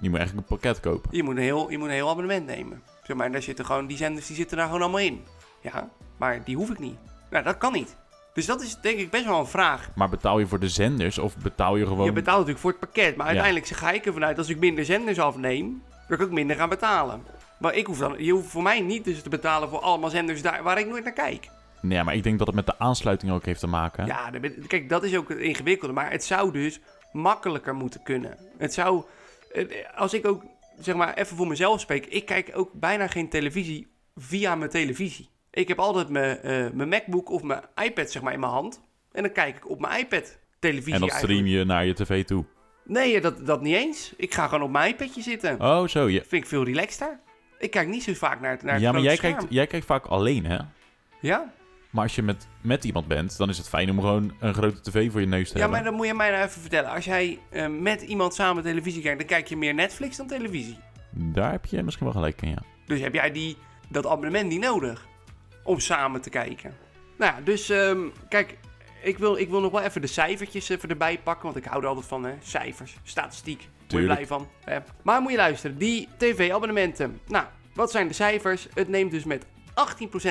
Speaker 2: Je moet eigenlijk een pakket kopen.
Speaker 1: Je moet een heel, je moet een heel abonnement nemen. Zeg maar, en daar zitten gewoon, die zenders die zitten daar gewoon allemaal in. Ja, maar die hoef ik niet. Nou, dat kan niet. Dus dat is denk ik best wel een vraag.
Speaker 2: Maar betaal je voor de zenders of betaal je gewoon...
Speaker 1: Je betaalt natuurlijk voor het pakket, maar
Speaker 2: Ja.
Speaker 1: uiteindelijk ga ik ervan uit... als ik minder zenders afneem, dat ik ook minder ga betalen. Maar ik hoef dan, je hoeft voor mij niet dus te betalen voor allemaal zenders daar waar ik nooit naar kijk.
Speaker 2: Nee, maar ik denk dat het met de aansluiting ook heeft te maken.
Speaker 1: Ja, daar ben- kijk, dat is ook het ingewikkelde. Maar het zou dus makkelijker moeten kunnen. Het zou, eh, als ik ook, zeg maar, even voor mezelf spreek. Ik kijk ook bijna geen televisie via mijn televisie. Ik heb altijd mijn, eh, mijn MacBook of mijn iPad, zeg maar, in mijn hand. En dan kijk ik op mijn iPad televisie
Speaker 2: en dat stream
Speaker 1: eigenlijk.
Speaker 2: je naar je tv toe.
Speaker 1: Nee, eh, dat, dat niet eens. Ik ga gewoon op mijn iPadje zitten.
Speaker 2: Oh, zo. Je,
Speaker 1: Vind ik veel relaxter. Ik kijk niet zo vaak naar het, naar het
Speaker 2: ja, maar
Speaker 1: grote
Speaker 2: jij
Speaker 1: scherm.
Speaker 2: kijkt, jij kijkt vaak alleen, hè?
Speaker 1: Ja?
Speaker 2: Maar als je met, met iemand bent, dan is het fijn om gewoon een grote tv voor je neus te
Speaker 1: Ja,
Speaker 2: hebben.
Speaker 1: maar dan moet je mij nou even vertellen. Als jij eh, met iemand samen televisie kijkt, dan kijk je meer Netflix dan televisie.
Speaker 2: Daar heb je misschien wel gelijk in, ja.
Speaker 1: Dus heb jij die, dat abonnement niet nodig om samen te kijken. Nou ja, dus ehm, kijk, ik wil, ik wil nog wel even de cijfertjes even erbij pakken. Want ik hou er altijd van, hè. Cijfers, statistiek. Moet je
Speaker 2: Tuurlijk.
Speaker 1: blij van. Hè. Maar moet je luisteren, die tv-abonnementen. Nou, wat zijn de cijfers? Het neemt dus met 18%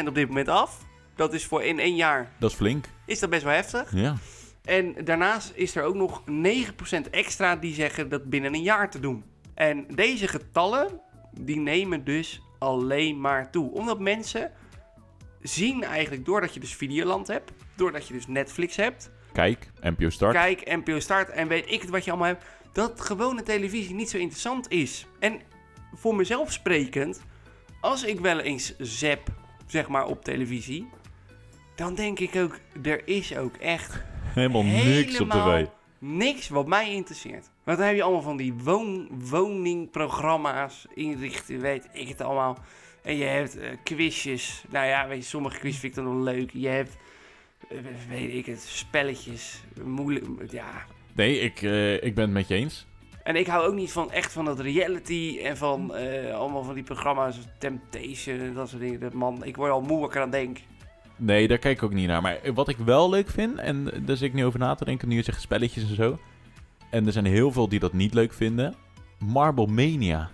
Speaker 1: op dit moment af. Dat is voor in één jaar,
Speaker 2: Dat is flink.
Speaker 1: is dat best wel heftig.
Speaker 2: Ja.
Speaker 1: En daarnaast is er ook nog 9% extra die zeggen dat binnen een jaar te doen. En deze getallen, die nemen dus alleen maar toe. Omdat mensen zien eigenlijk, doordat je dus Videoland hebt, doordat je dus Netflix hebt,
Speaker 2: Kijk, NPO Start.
Speaker 1: kijk, NPO Start en weet ik het wat je allemaal hebt, dat gewone televisie niet zo interessant is. En voor mezelf sprekend, als ik wel eens zap, zeg maar, op televisie, dan denk ik ook, er is ook echt
Speaker 2: Helemaal niks op
Speaker 1: Helemaal
Speaker 2: tv.
Speaker 1: Niks wat mij interesseert. Want dan heb je allemaal van die woon, woningprogramma's inrichten, weet ik het allemaal. En je hebt eh, quizjes. Nou ja, weet je, sommige quizjes vind ik dan wel leuk. Je hebt, eh, weet ik het, spelletjes. Moeilijk, ja.
Speaker 2: Nee, ik, eh, ik ben het met je eens.
Speaker 1: En ik hou ook niet van echt van dat reality en van eh, allemaal van die programma's, Temptation en dat soort dingen. Dat- Man, ik word al moe als ik eraan denk.
Speaker 2: Nee, daar kijk ik ook niet naar. Maar wat ik wel leuk vind, en daar zit ik nu over na te denken, nu je zegt spelletjes en zo. En er zijn heel veel die dat niet leuk vinden. Marble Mania.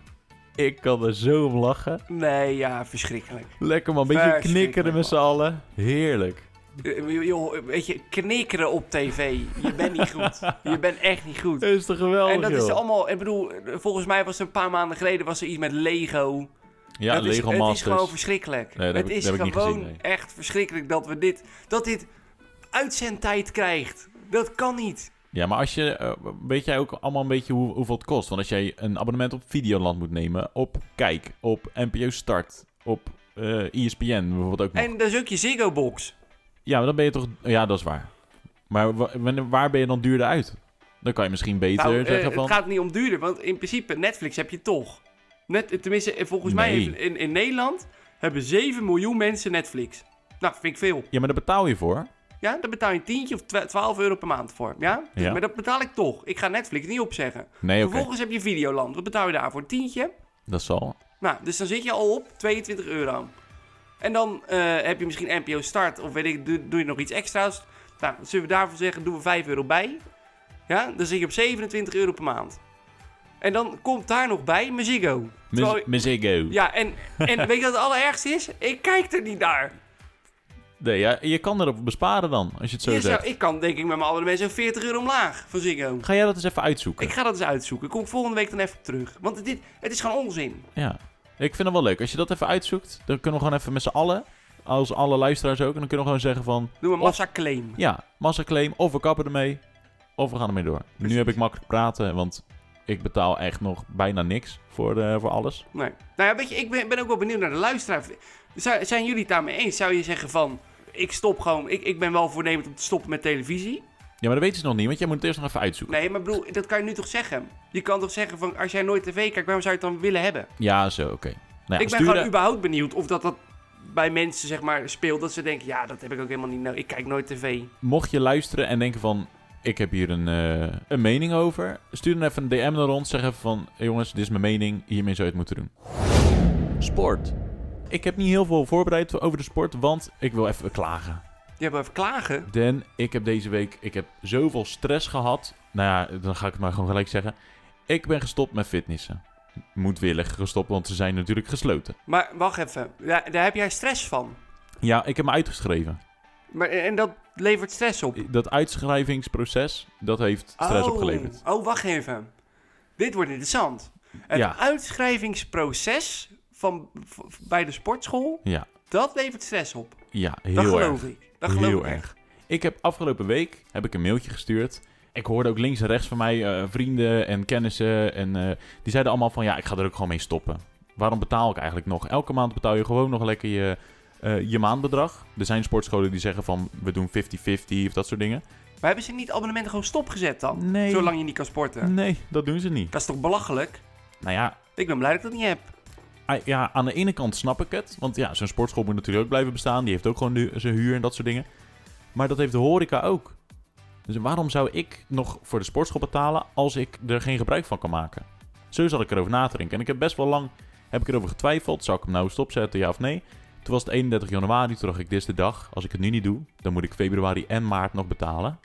Speaker 2: Ik kan er zo om lachen.
Speaker 1: Nee, ja, verschrikkelijk.
Speaker 2: Lekker man, een beetje
Speaker 1: Verschrikkelijk,
Speaker 2: knikkeren met z'n allen. Heerlijk.
Speaker 1: Eh, joh, joh, Weet je, knikkeren op tv. Je bent niet goed. Je bent echt niet goed.
Speaker 2: Dat is toch geweldig,
Speaker 1: En dat is
Speaker 2: joh?
Speaker 1: allemaal, ik bedoel, volgens mij was er een paar maanden geleden was er iets met Lego.
Speaker 2: Ja,
Speaker 1: dat
Speaker 2: Lego
Speaker 1: is, Het is
Speaker 2: Masters.
Speaker 1: gewoon verschrikkelijk.
Speaker 2: Nee, dat heb
Speaker 1: het
Speaker 2: ik-
Speaker 1: is
Speaker 2: dat heb ik niet
Speaker 1: gewoon
Speaker 2: gezien, nee.
Speaker 1: echt verschrikkelijk dat we dit, dat dit uitzendtijd krijgt. Dat kan niet.
Speaker 2: Ja, maar als je, eh, weet jij ook allemaal een beetje hoe, hoeveel het kost? Want als jij een abonnement op Videoland moet nemen, op Kijk, op NPO Start, op eh ESPN bijvoorbeeld ook nog.
Speaker 1: En dat is ook je Ziggo Box.
Speaker 2: Ja, maar dan ben je toch... Ja, dat is waar. Maar wa- wanneer- waar ben je dan duurder uit? Dan kan je misschien beter
Speaker 1: Nou, eh,
Speaker 2: zeggen van...
Speaker 1: Het gaat niet om duurder, want in principe Netflix heb je toch. Net, tenminste, eh, volgens mij
Speaker 2: Nee.
Speaker 1: heeft- in, in Nederland hebben 7 miljoen mensen Netflix. Nou, vind ik veel.
Speaker 2: Ja, maar daar betaal je voor.
Speaker 1: Ja, daar betaal je een tientje of twa- 12 euro per maand voor. Ja? Dus-
Speaker 2: Ja.
Speaker 1: Maar dat betaal ik toch. Ik ga Netflix niet opzeggen.
Speaker 2: Nee, oké.
Speaker 1: Vervolgens heb je Videoland. Wat betaal je daarvoor? Een tientje?
Speaker 2: Dat zal.
Speaker 1: Nou, dus dan zit je al op 22 euro. En dan eh, heb je misschien NPO Start of weet ik, doe, doe je nog iets extra's. Nou, dan zullen we daarvoor zeggen, doen we 5 euro bij. Ja, dan zit je op 27 euro per maand. En dan komt daar nog bij mijn Ziggo. Terwijl-
Speaker 2: Mis- Mizzigo.
Speaker 1: Ja, en, en weet je wat het allerergste is? Ik kijk er niet naar.
Speaker 2: Nee, ja, je kan erop besparen dan, als je het zo
Speaker 1: Je zou-
Speaker 2: zegt.
Speaker 1: ik kan denk ik met mijn abonnement zo'n 40 euro omlaag van Ziggo.
Speaker 2: Ga jij dat eens even uitzoeken?
Speaker 1: Ik ga dat eens uitzoeken. Kom ik volgende week dan even op terug. Want dit, het is gewoon onzin.
Speaker 2: Ja. Ik vind het wel leuk. Als je dat even uitzoekt, dan kunnen we gewoon even met z'n allen, als alle luisteraars ook, en dan kunnen we gewoon zeggen van...
Speaker 1: Doe een
Speaker 2: Of-
Speaker 1: massaclaim.
Speaker 2: Ja, massaclaim, of we kappen ermee, of we gaan ermee door.
Speaker 1: Precies.
Speaker 2: Nu heb ik makkelijk praten, want ik betaal echt nog bijna niks voor, eh, voor alles.
Speaker 1: Nee. Nou ja, weet je, ik ben, ben ook wel benieuwd naar de luisteraar. Zou- zijn jullie het daarmee eens? Zou je zeggen van, ik stop gewoon, ik, ik ben wel voornemend om te stoppen met televisie?
Speaker 2: Ja, maar dat weten ze nog niet, want jij moet het eerst nog even uitzoeken.
Speaker 1: Nee, maar broer, dat kan je nu toch zeggen? Je kan toch zeggen van, als jij nooit tv kijkt, waarom zou je het dan willen hebben?
Speaker 2: Ja, zo, oké. Nou ja,
Speaker 1: ik ben
Speaker 2: stuur
Speaker 1: gewoon
Speaker 2: daar-
Speaker 1: überhaupt benieuwd of dat dat bij mensen, zeg maar, speelt. Dat ze denken, ja, dat heb ik ook helemaal niet nodig. Ik kijk nooit tv.
Speaker 2: Mocht je luisteren en denken van... Ik heb hier een, eh, een mening over. Stuur dan even een DM naar ons. Zeg even van... Jongens, dit is mijn mening. Hiermee zou je het moeten doen. Sport. Ik heb niet heel veel voorbereid over de sport. Want ik wil even klagen.
Speaker 1: Je hebt wel even klagen.
Speaker 2: Dan, ik heb deze week... Ik heb zoveel stress gehad. Nou ja, dan ga ik het maar gewoon gelijk zeggen. Ik ben gestopt met fitnessen. Moedwillig gestopt, want ze zijn natuurlijk gesloten.
Speaker 1: Maar wacht even, daar, daar heb jij stress van.
Speaker 2: Ja, ik heb me uitgeschreven.
Speaker 1: Maar, en dat levert stress op.
Speaker 2: Dat uitschrijvingsproces, dat heeft stress
Speaker 1: oh.
Speaker 2: opgeleverd.
Speaker 1: Oh, wacht even. Dit wordt interessant. Het
Speaker 2: Ja.
Speaker 1: uitschrijvingsproces van, v- bij de sportschool,
Speaker 2: Ja,
Speaker 1: dat levert stress op.
Speaker 2: ja heel
Speaker 1: Dat
Speaker 2: erg.
Speaker 1: geloof ik. Dat geloof
Speaker 2: Heel
Speaker 1: ik echt.
Speaker 2: Ik heb afgelopen week heb ik een mailtje gestuurd. Ik hoorde ook links en rechts van mij eh, vrienden en kennissen. En eh, die zeiden allemaal van ja, ik ga er ook gewoon mee stoppen. Waarom betaal ik eigenlijk nog? Elke maand betaal je gewoon nog lekker je, eh, je maandbedrag. Er zijn sportscholen die zeggen van we doen 50-50 of dat soort dingen.
Speaker 1: Maar hebben ze niet abonnementen gewoon stopgezet dan?
Speaker 2: Nee.
Speaker 1: Zolang je niet kan sporten.
Speaker 2: Nee, dat doen ze niet.
Speaker 1: Dat is toch belachelijk?
Speaker 2: Nou ja,
Speaker 1: Ik ben blij dat ik dat niet heb.
Speaker 2: ah, ja, aan de ene kant snap ik het. Want ja, zo'n sportschool moet natuurlijk ook blijven bestaan. Die heeft ook gewoon nu zijn huur en dat soort dingen. Maar dat heeft de horeca ook. Dus waarom zou ik nog voor de sportschool betalen als ik er geen gebruik van kan maken? Zo zat ik erover na te denken. En ik heb best wel lang heb ik erover getwijfeld. Zou ik hem nou stopzetten, ja of nee? Toen was het 31 januari. Toen dacht ik, dit is de dag. Als ik het nu niet doe, dan moet ik februari en maart nog betalen.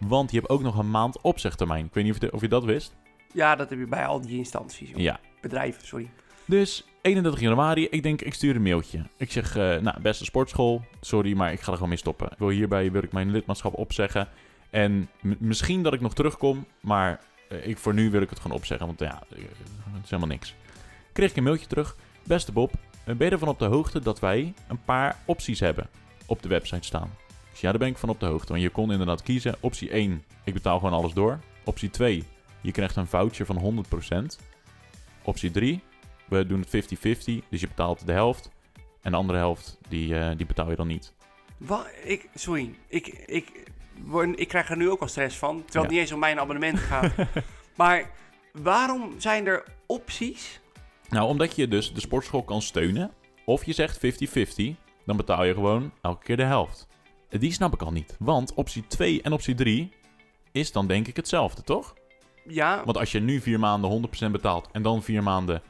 Speaker 2: Want je hebt ook nog een maand opzegtermijn. Ik weet niet of je, of je dat wist.
Speaker 1: Ja, dat heb je bij al die instanties. joh.
Speaker 2: Ja,
Speaker 1: Bedrijven, sorry.
Speaker 2: dus 31 januari, ik denk ik stuur een mailtje. Ik zeg, eh, nou beste sportschool, sorry, maar ik ga er gewoon mee stoppen. Ik wil hierbij wil ik mijn lidmaatschap opzeggen. En m- misschien dat ik nog terugkom, maar eh, ik, voor nu wil ik het gewoon opzeggen, want ja, eh, het is helemaal niks. Kreeg ik een mailtje terug. Beste Bob, eh, ben je ervan op de hoogte dat wij een paar opties hebben op de website staan? Dus ja, daar ben ik van op de hoogte, want je kon inderdaad kiezen. Optie 1, ik betaal gewoon alles door. Optie 2, je krijgt een voucher van 100%. Optie 3, we doen het 50-50, dus je betaalt de helft. En de andere helft, die, eh, die betaal je dan niet.
Speaker 1: Wat? Ik, sorry. Ik, ik, word- ik krijg er nu ook al stress van. Terwijl het
Speaker 2: Ja.
Speaker 1: niet eens om mijn abonnement gaat. maar waarom zijn er opties?
Speaker 2: Nou, omdat je dus de sportschool kan steunen, of je zegt 50-50, dan betaal je gewoon elke keer de helft. Die snap ik al niet, want optie 2 en optie 3 is dan denk ik hetzelfde, toch?
Speaker 1: Ja,
Speaker 2: Want als je nu vier maanden 100% betaalt en dan vier maanden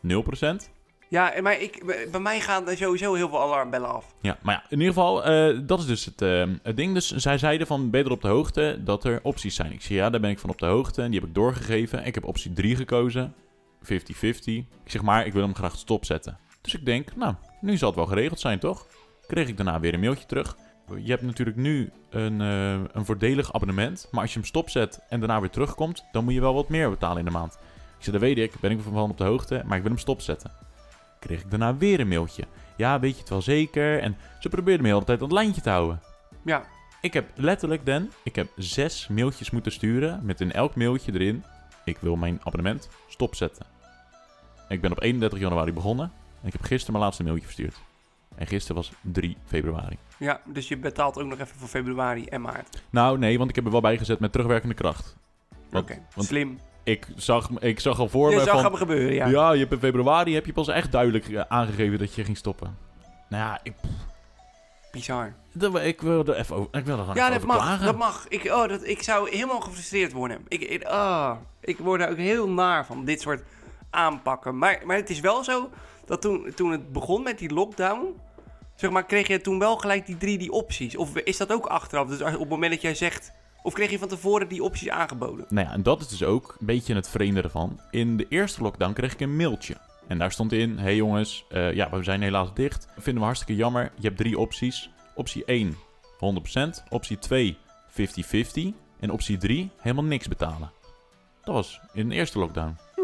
Speaker 2: 0%.
Speaker 1: ja en maar ik, bij bij mij gaan er sowieso heel veel alarmbellen af.
Speaker 2: Ja, maar ja, in ieder geval, eh, dat is dus het, eh, het ding. Dus zij zeiden van, ben je er op de hoogte dat er opties zijn? Ik zei, ja, daar ben ik van op de hoogte. En die heb ik doorgegeven. Ik heb optie 3 gekozen. 50-50. Ik zeg maar, ik wil hem graag stopzetten. Dus ik denk, nou, nu zal het wel geregeld zijn, toch? Kreeg ik daarna weer een mailtje terug. Je hebt natuurlijk nu een, eh, een voordelig abonnement. Maar als je hem stopzet en daarna weer terugkomt, dan moet je wel wat meer betalen in de maand. Ik zei, dat weet ik, ben ik van op de hoogte, maar ik wil hem stopzetten. Kreeg ik daarna weer een mailtje. Ja, weet je het wel zeker? En ze probeerden me de hele tijd aan het lijntje te houden.
Speaker 1: Ja,
Speaker 2: Ik heb letterlijk, Dan, ik heb zes mailtjes moeten sturen met in elk mailtje erin... Ik wil mijn abonnement stopzetten. Ik ben op 31 januari begonnen en ik heb gisteren mijn laatste mailtje verstuurd. En gisteren was 3 februari.
Speaker 1: ja, dus je betaalt ook nog even voor februari en maart.
Speaker 2: Nou, nee, want ik heb er wel bij gezet met terugwerkende kracht.
Speaker 1: Oké,
Speaker 2: Want- want-
Speaker 1: slim.
Speaker 2: Ik zag, ik zag al voor
Speaker 1: Je
Speaker 2: me
Speaker 1: zag
Speaker 2: van...
Speaker 1: hem gebeuren, ja.
Speaker 2: Ja. je hebt in februari heb je pas echt duidelijk eh, aangegeven dat je ging stoppen. Nou ja, ik,
Speaker 1: Bizar.
Speaker 2: dat- ik wil er even over, ik wil er gewoon
Speaker 1: Ja,
Speaker 2: even
Speaker 1: dat
Speaker 2: over
Speaker 1: mag.
Speaker 2: klagen.
Speaker 1: Dat mag. Ik, oh, dat, ik zou helemaal gefrustreerd worden. Ik, ik, ah, ik word er ook heel naar van, dit soort aanpakken. Maar, maar het is wel zo dat toen, toen het begon met die lockdown... Zeg maar, kreeg je toen wel gelijk die drie die opties? Of is dat ook achteraf? Dus als- op het moment dat jij zegt... Of kreeg je van tevoren die opties aangeboden?
Speaker 2: Nou ja, en dat is dus ook een beetje het vreemde ervan. In de eerste lockdown kreeg ik een mailtje. En daar stond in, hey jongens, eh, ja, we zijn helaas dicht. Vinden we hartstikke jammer. Je hebt drie opties. Optie 1, 100%. Optie 2, 50-50. En optie 3, helemaal niks betalen. Dat was in de eerste lockdown.
Speaker 1: Hm.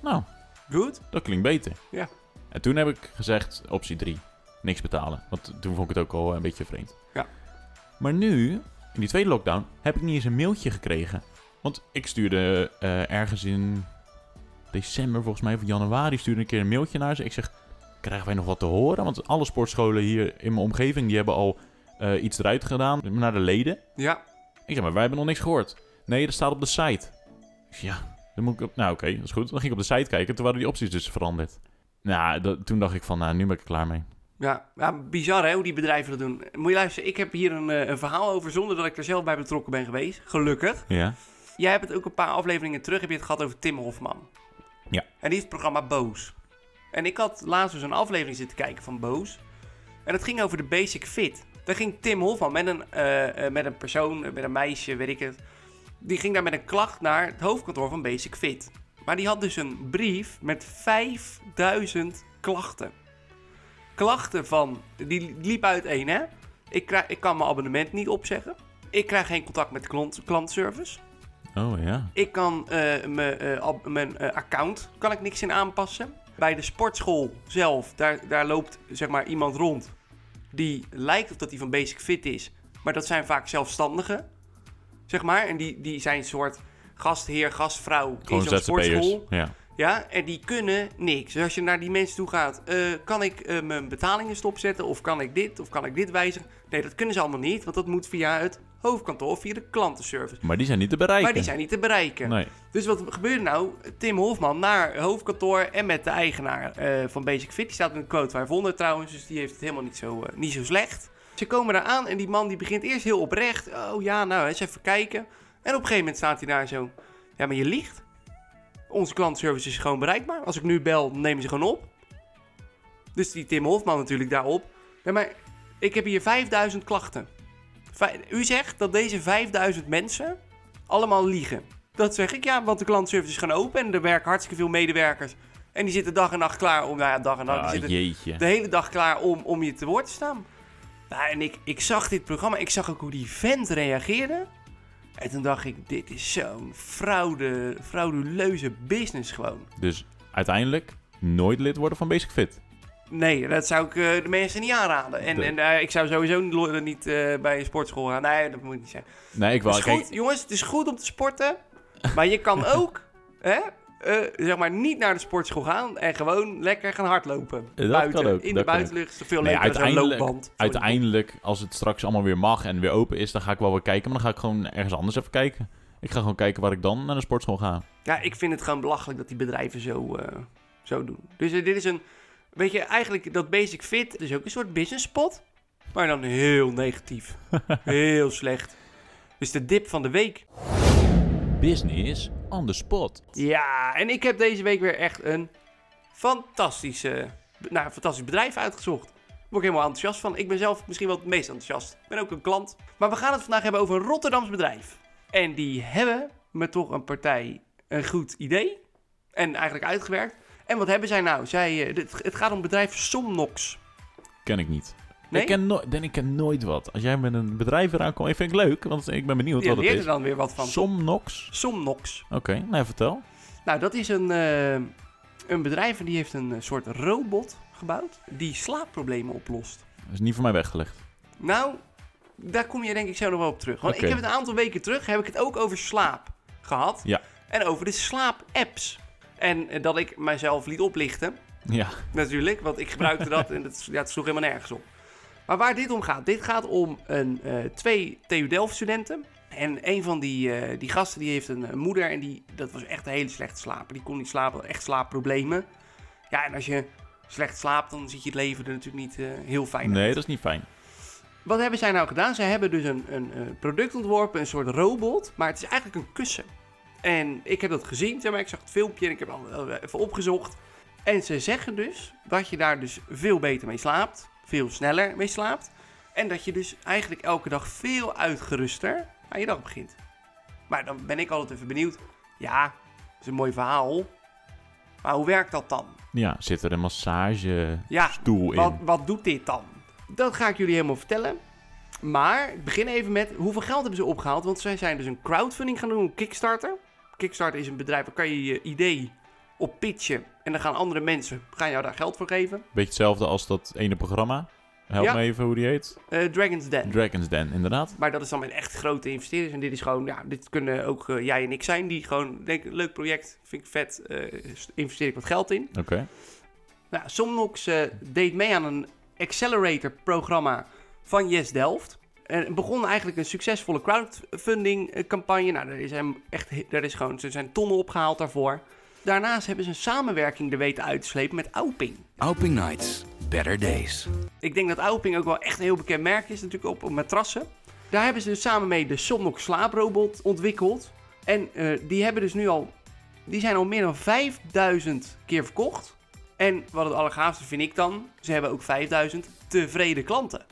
Speaker 2: Nou,
Speaker 1: Goed?
Speaker 2: dat klinkt beter.
Speaker 1: Ja.
Speaker 2: En toen heb ik gezegd, optie 3, niks betalen. Want toen vond ik het ook al een beetje vreemd.
Speaker 1: Ja.
Speaker 2: Maar nu, in die tweede lockdown, heb ik niet eens een mailtje gekregen. Want ik stuurde eh, ergens in december, volgens mij, of januari, stuurde ik een keer een mailtje naar ze. Ik zeg, krijgen wij nog wat te horen? Want alle sportscholen hier in mijn omgeving, die hebben al eh, iets eruit gedaan naar de leden.
Speaker 1: Ja.
Speaker 2: Ik zeg, maar wij hebben nog niks gehoord. Nee, dat staat op de site. Ik zeg, ja, dan moet ik op... Nou, oké, dat is goed. Dan ging ik op de site kijken. Toen waren die opties dus veranderd. Nou, dat- toen dacht ik van, nou, nu ben ik er klaar mee.
Speaker 1: Ja, ja, bizar hè, hoe die bedrijven dat doen. Moet je luisteren, ik heb hier een, eh, een verhaal over zonder dat ik er zelf bij betrokken ben geweest. Gelukkig.
Speaker 2: Ja?
Speaker 1: Jij hebt het ook een paar afleveringen terug, heb je het gehad over Tim Hofman.
Speaker 2: Ja.
Speaker 1: En die is het programma Boos. En ik had laatst dus een aflevering zitten kijken van Boos. En dat ging over de Basic Fit. Daar ging Tim Hofman met een, eh, eh, met een persoon, eh, met een meisje, weet ik het. Die ging daar met een klacht naar het hoofdkantoor van Basic Fit. Maar die had dus een brief met 5000 klachten. Klachten van, die liep uiteen hè. Ik, krijg, ik kan mijn abonnement niet opzeggen. Ik krijg geen contact met klant, klantservice.
Speaker 2: Oh, ja.
Speaker 1: Ik kan eh, me, eh, ab- mijn eh, account kan ik niks in aanpassen. bij de sportschool zelf, daar, daar loopt zeg maar iemand rond die lijkt of dat hij van Basic Fit is, maar dat zijn vaak zelfstandigen, zeg maar. En die, die zijn een soort gastheer, gastvrouw
Speaker 2: Gewoon
Speaker 1: in zo'n
Speaker 2: ZZP'ers.
Speaker 1: sportschool.
Speaker 2: Ja.
Speaker 1: Ja, en die kunnen niks. Dus als je naar die mensen toe gaat, eh, kan ik eh, mijn betalingen stopzetten? Of kan ik dit? Of kan ik dit wijzigen? Nee, dat kunnen ze allemaal niet, want dat moet via het hoofdkantoor, via de klantenservice.
Speaker 2: Maar die zijn niet te bereiken.
Speaker 1: Maar die zijn niet te bereiken.
Speaker 2: Nee.
Speaker 1: Dus wat gebeurde nou? Tim Hofman naar hoofdkantoor en met de eigenaar eh, van Basic Fit. Die staat met een quote 500 trouwens, dus die heeft het helemaal niet zo, eh, niet zo slecht. Ze komen daar aan en die man die begint eerst heel oprecht. Oh ja, nou eens even kijken. En op een gegeven moment staat hij daar zo. Ja, maar je liegt. Onze klantenservice is gewoon bereikbaar. Als ik nu bel, dan nemen ze gewoon op. Dus die Tim Hofman natuurlijk daarop. Ja, maar ik heb hier 5000 klachten. Vij- U zegt dat deze 5000 mensen allemaal liegen. Dat zeg ik ja, want de klantenservice is gewoon open en er werken hartstikke veel medewerkers. En die zitten dag en nacht klaar om, nou ja, dag en nacht. die
Speaker 2: Ah,
Speaker 1: zitten
Speaker 2: jeetje.
Speaker 1: de hele dag klaar om, om je te woord te staan. Nou, en ik, ik zag dit programma, ik zag ook hoe die vent reageerde. En toen dacht ik, dit is zo'n fraude, frauduleuze business gewoon.
Speaker 2: Dus uiteindelijk nooit lid worden van Basic Fit.
Speaker 1: Nee, dat zou ik eh, de mensen niet aanraden. En,
Speaker 2: Nee.
Speaker 1: en eh, ik zou sowieso niet, lo- niet eh, bij een sportschool gaan. Nee, dat moet niet zijn.
Speaker 2: Nee, ik
Speaker 1: Het
Speaker 2: wel.
Speaker 1: is goed,
Speaker 2: Kijk,
Speaker 1: jongens, het is goed om te sporten. Maar je kan ook hè, eh, zeg maar niet naar de sportschool gaan en gewoon lekker gaan hardlopen.
Speaker 2: Eh, dat
Speaker 1: buiten,
Speaker 2: kan ook,
Speaker 1: In
Speaker 2: dat
Speaker 1: de
Speaker 2: kan
Speaker 1: buitenlucht is het veel
Speaker 2: nee,
Speaker 1: leuker dan een
Speaker 2: uiteindelijk,
Speaker 1: loopband.
Speaker 2: uiteindelijk, als het straks allemaal weer mag en weer open is, dan ga ik wel weer kijken. Maar dan ga ik gewoon ergens anders even kijken. Ik ga gewoon kijken waar ik dan naar de sportschool ga.
Speaker 1: Ja, ik vind het gewoon belachelijk dat die bedrijven zo, eh, zo doen. Dus eh, dit is een... Weet je, eigenlijk dat Basic Fit is ook een soort business spot. Maar dan heel negatief. heel slecht. Dus de dip van de week.
Speaker 2: Business on the spot.
Speaker 1: Ja, en ik heb deze week weer echt een fantastische, nou, een fantastisch bedrijf uitgezocht. Daar word ik helemaal enthousiast van. Ik ben zelf misschien wel het meest enthousiast. Ik ben ook een klant. Maar we gaan het vandaag hebben over een Rotterdams bedrijf. En die hebben met toch een partij een goed idee. En eigenlijk uitgewerkt. En wat hebben zij nou? Zij, eh, dit- het gaat om het bedrijf Somnox.
Speaker 2: Ken ik niet.
Speaker 1: Nee?
Speaker 2: Ik ken, nooit. Dan ik ken nooit wat. Als jij met een bedrijf eraan komt, ik vind het leuk, want ik ben benieuwd
Speaker 1: Je
Speaker 2: wat het
Speaker 1: leert er
Speaker 2: is.
Speaker 1: dan weer wat van.
Speaker 2: Somnox.
Speaker 1: Somnox.
Speaker 2: Oké, nou vertel.
Speaker 1: Nou, dat is een, eh, een bedrijf en die heeft een eh, soort robot gebouwd. Die slaapproblemen oplost.
Speaker 2: Dat is niet voor mij weggelegd.
Speaker 1: Nou, daar kom je denk ik zo nog wel op terug. Want
Speaker 2: Oké.
Speaker 1: ik heb het een aantal weken terug heb ik het ook over slaap gehad.
Speaker 2: Ja.
Speaker 1: En over de slaap-apps. En eh, dat ik mijzelf liet oplichten,
Speaker 2: Ja,
Speaker 1: natuurlijk. Want ik gebruikte dat en dat, ja, het sloeg helemaal nergens op. Maar waar dit om gaat, dit gaat om een, eh, twee TU Delft studenten. En een van die, eh, die gasten die heeft een eh, moeder en die, dat was echt een hele slechte slaper. Die kon niet slapen, echt slaapproblemen. Ja, en als je slecht slaapt, dan ziet je het leven er natuurlijk niet eh, heel fijn uit.
Speaker 2: nee, dat is niet fijn.
Speaker 1: Wat hebben zij nou gedaan? Zij hebben dus een, een eh, product ontworpen, een soort robot, maar het is eigenlijk een kussen. En ik heb dat gezien, zeg maar, ik zag het filmpje en ik heb het al eh, even opgezocht. En ze zeggen dus dat je daar dus veel beter mee slaapt, veel sneller mee slaapt. En dat je dus eigenlijk elke dag veel uitgeruster aan je dag begint. Maar dan ben ik altijd even benieuwd. Ja, dat is een mooi verhaal. Maar hoe werkt dat dan?
Speaker 2: Ja, zit er een massagestoel
Speaker 1: Ja,
Speaker 2: in?
Speaker 1: wat, wat doet dit dan? Dat ga ik jullie helemaal vertellen. Maar ik begin even met hoeveel geld hebben ze opgehaald? Want zij zijn dus een crowdfunding gaan doen, een Kickstarter. Kickstarter is een bedrijf waar kan je je idee op pitchen. En dan gaan andere mensen gaan jou daar geld voor geven.
Speaker 2: Beetje hetzelfde als dat ene programma. Help
Speaker 1: Ja.
Speaker 2: me even hoe die heet.
Speaker 1: Eh, Dragon's Den.
Speaker 2: Dragon's Den, inderdaad.
Speaker 1: Maar dat is dan met echt grote investeerders. En dit is gewoon, ja, dit kunnen ook eh, jij en ik zijn. Die gewoon denken, leuk project, vind ik vet, eh, investeer ik wat geld in.
Speaker 2: Oké.
Speaker 1: Nou, Somnox eh, deed mee aan een accelerator-programma van Yes Delft. En begon eigenlijk een succesvolle crowdfunding-campagne. Nou, daar is, hem echt, he- daar is gewoon, er zijn tonnen opgehaald daarvoor. Daarnaast hebben ze een samenwerking er weten uit te slepen met Auping.
Speaker 4: Alping Nights, Better Days.
Speaker 1: Ik denk dat Auping ook wel echt een heel bekend merk is natuurlijk op, op matrassen. Daar hebben ze dus samen mee de Somnox slaaprobot ontwikkeld. En eh, die hebben dus nu al... Die zijn al meer dan 5000 keer verkocht. En wat het allergaafste vind ik dan... Ze hebben ook 5000 tevreden klanten.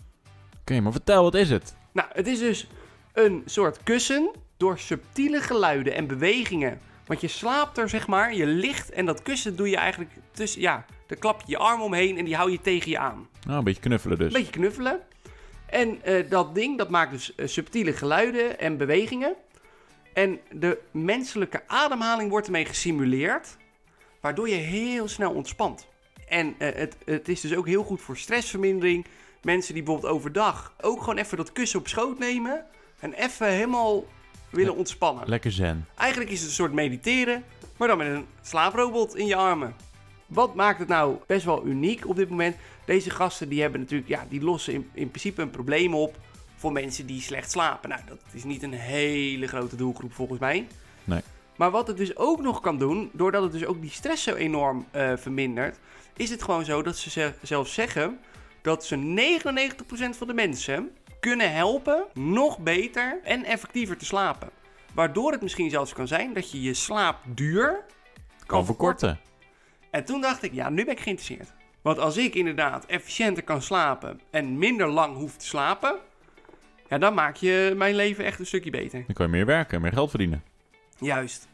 Speaker 2: Oké, maar vertel, wat is het?
Speaker 1: Nou, het is dus een soort kussen door subtiele geluiden en bewegingen. Want je slaapt er, zeg maar, je ligt en dat kussen doe je eigenlijk tussen... Ja, daar klap je je arm omheen en die hou je tegen je aan.
Speaker 2: Nou, een beetje knuffelen dus.
Speaker 1: Een beetje knuffelen. En eh, dat ding, dat maakt dus eh, subtiele geluiden en bewegingen. En de menselijke ademhaling wordt ermee gesimuleerd. waardoor je heel snel ontspant. En eh, het, het is dus ook heel goed voor stressvermindering. Mensen die bijvoorbeeld overdag ook gewoon even dat kussen op schoot nemen en even helemaal willen
Speaker 2: Le-
Speaker 1: ontspannen.
Speaker 2: Lekker zen.
Speaker 1: Eigenlijk is het een soort mediteren, maar dan met een slaaprobot in je armen. Wat maakt het nou best wel uniek op dit moment? Deze gasten die hebben natuurlijk, ja, die lossen in, in principe een probleem op voor mensen die slecht slapen. Nou, dat is niet een hele grote doelgroep volgens mij.
Speaker 2: Nee.
Speaker 1: Maar wat het dus ook nog kan doen, doordat het dus ook die stress zo enorm eh, vermindert, is het gewoon zo dat ze ze- zelf zeggen dat ze 99% van de mensen kunnen helpen nog beter en effectiever te slapen. Waardoor het misschien zelfs kan zijn dat je je slaapduur
Speaker 2: Kan verkorten.
Speaker 1: En toen dacht ik, ja, nu ben ik geïnteresseerd. Want als ik inderdaad efficiënter kan slapen en minder lang hoef te slapen, ja, dan maak je mijn leven echt een stukje beter.
Speaker 2: Dan kan je meer werken, meer geld verdienen.
Speaker 1: Juist.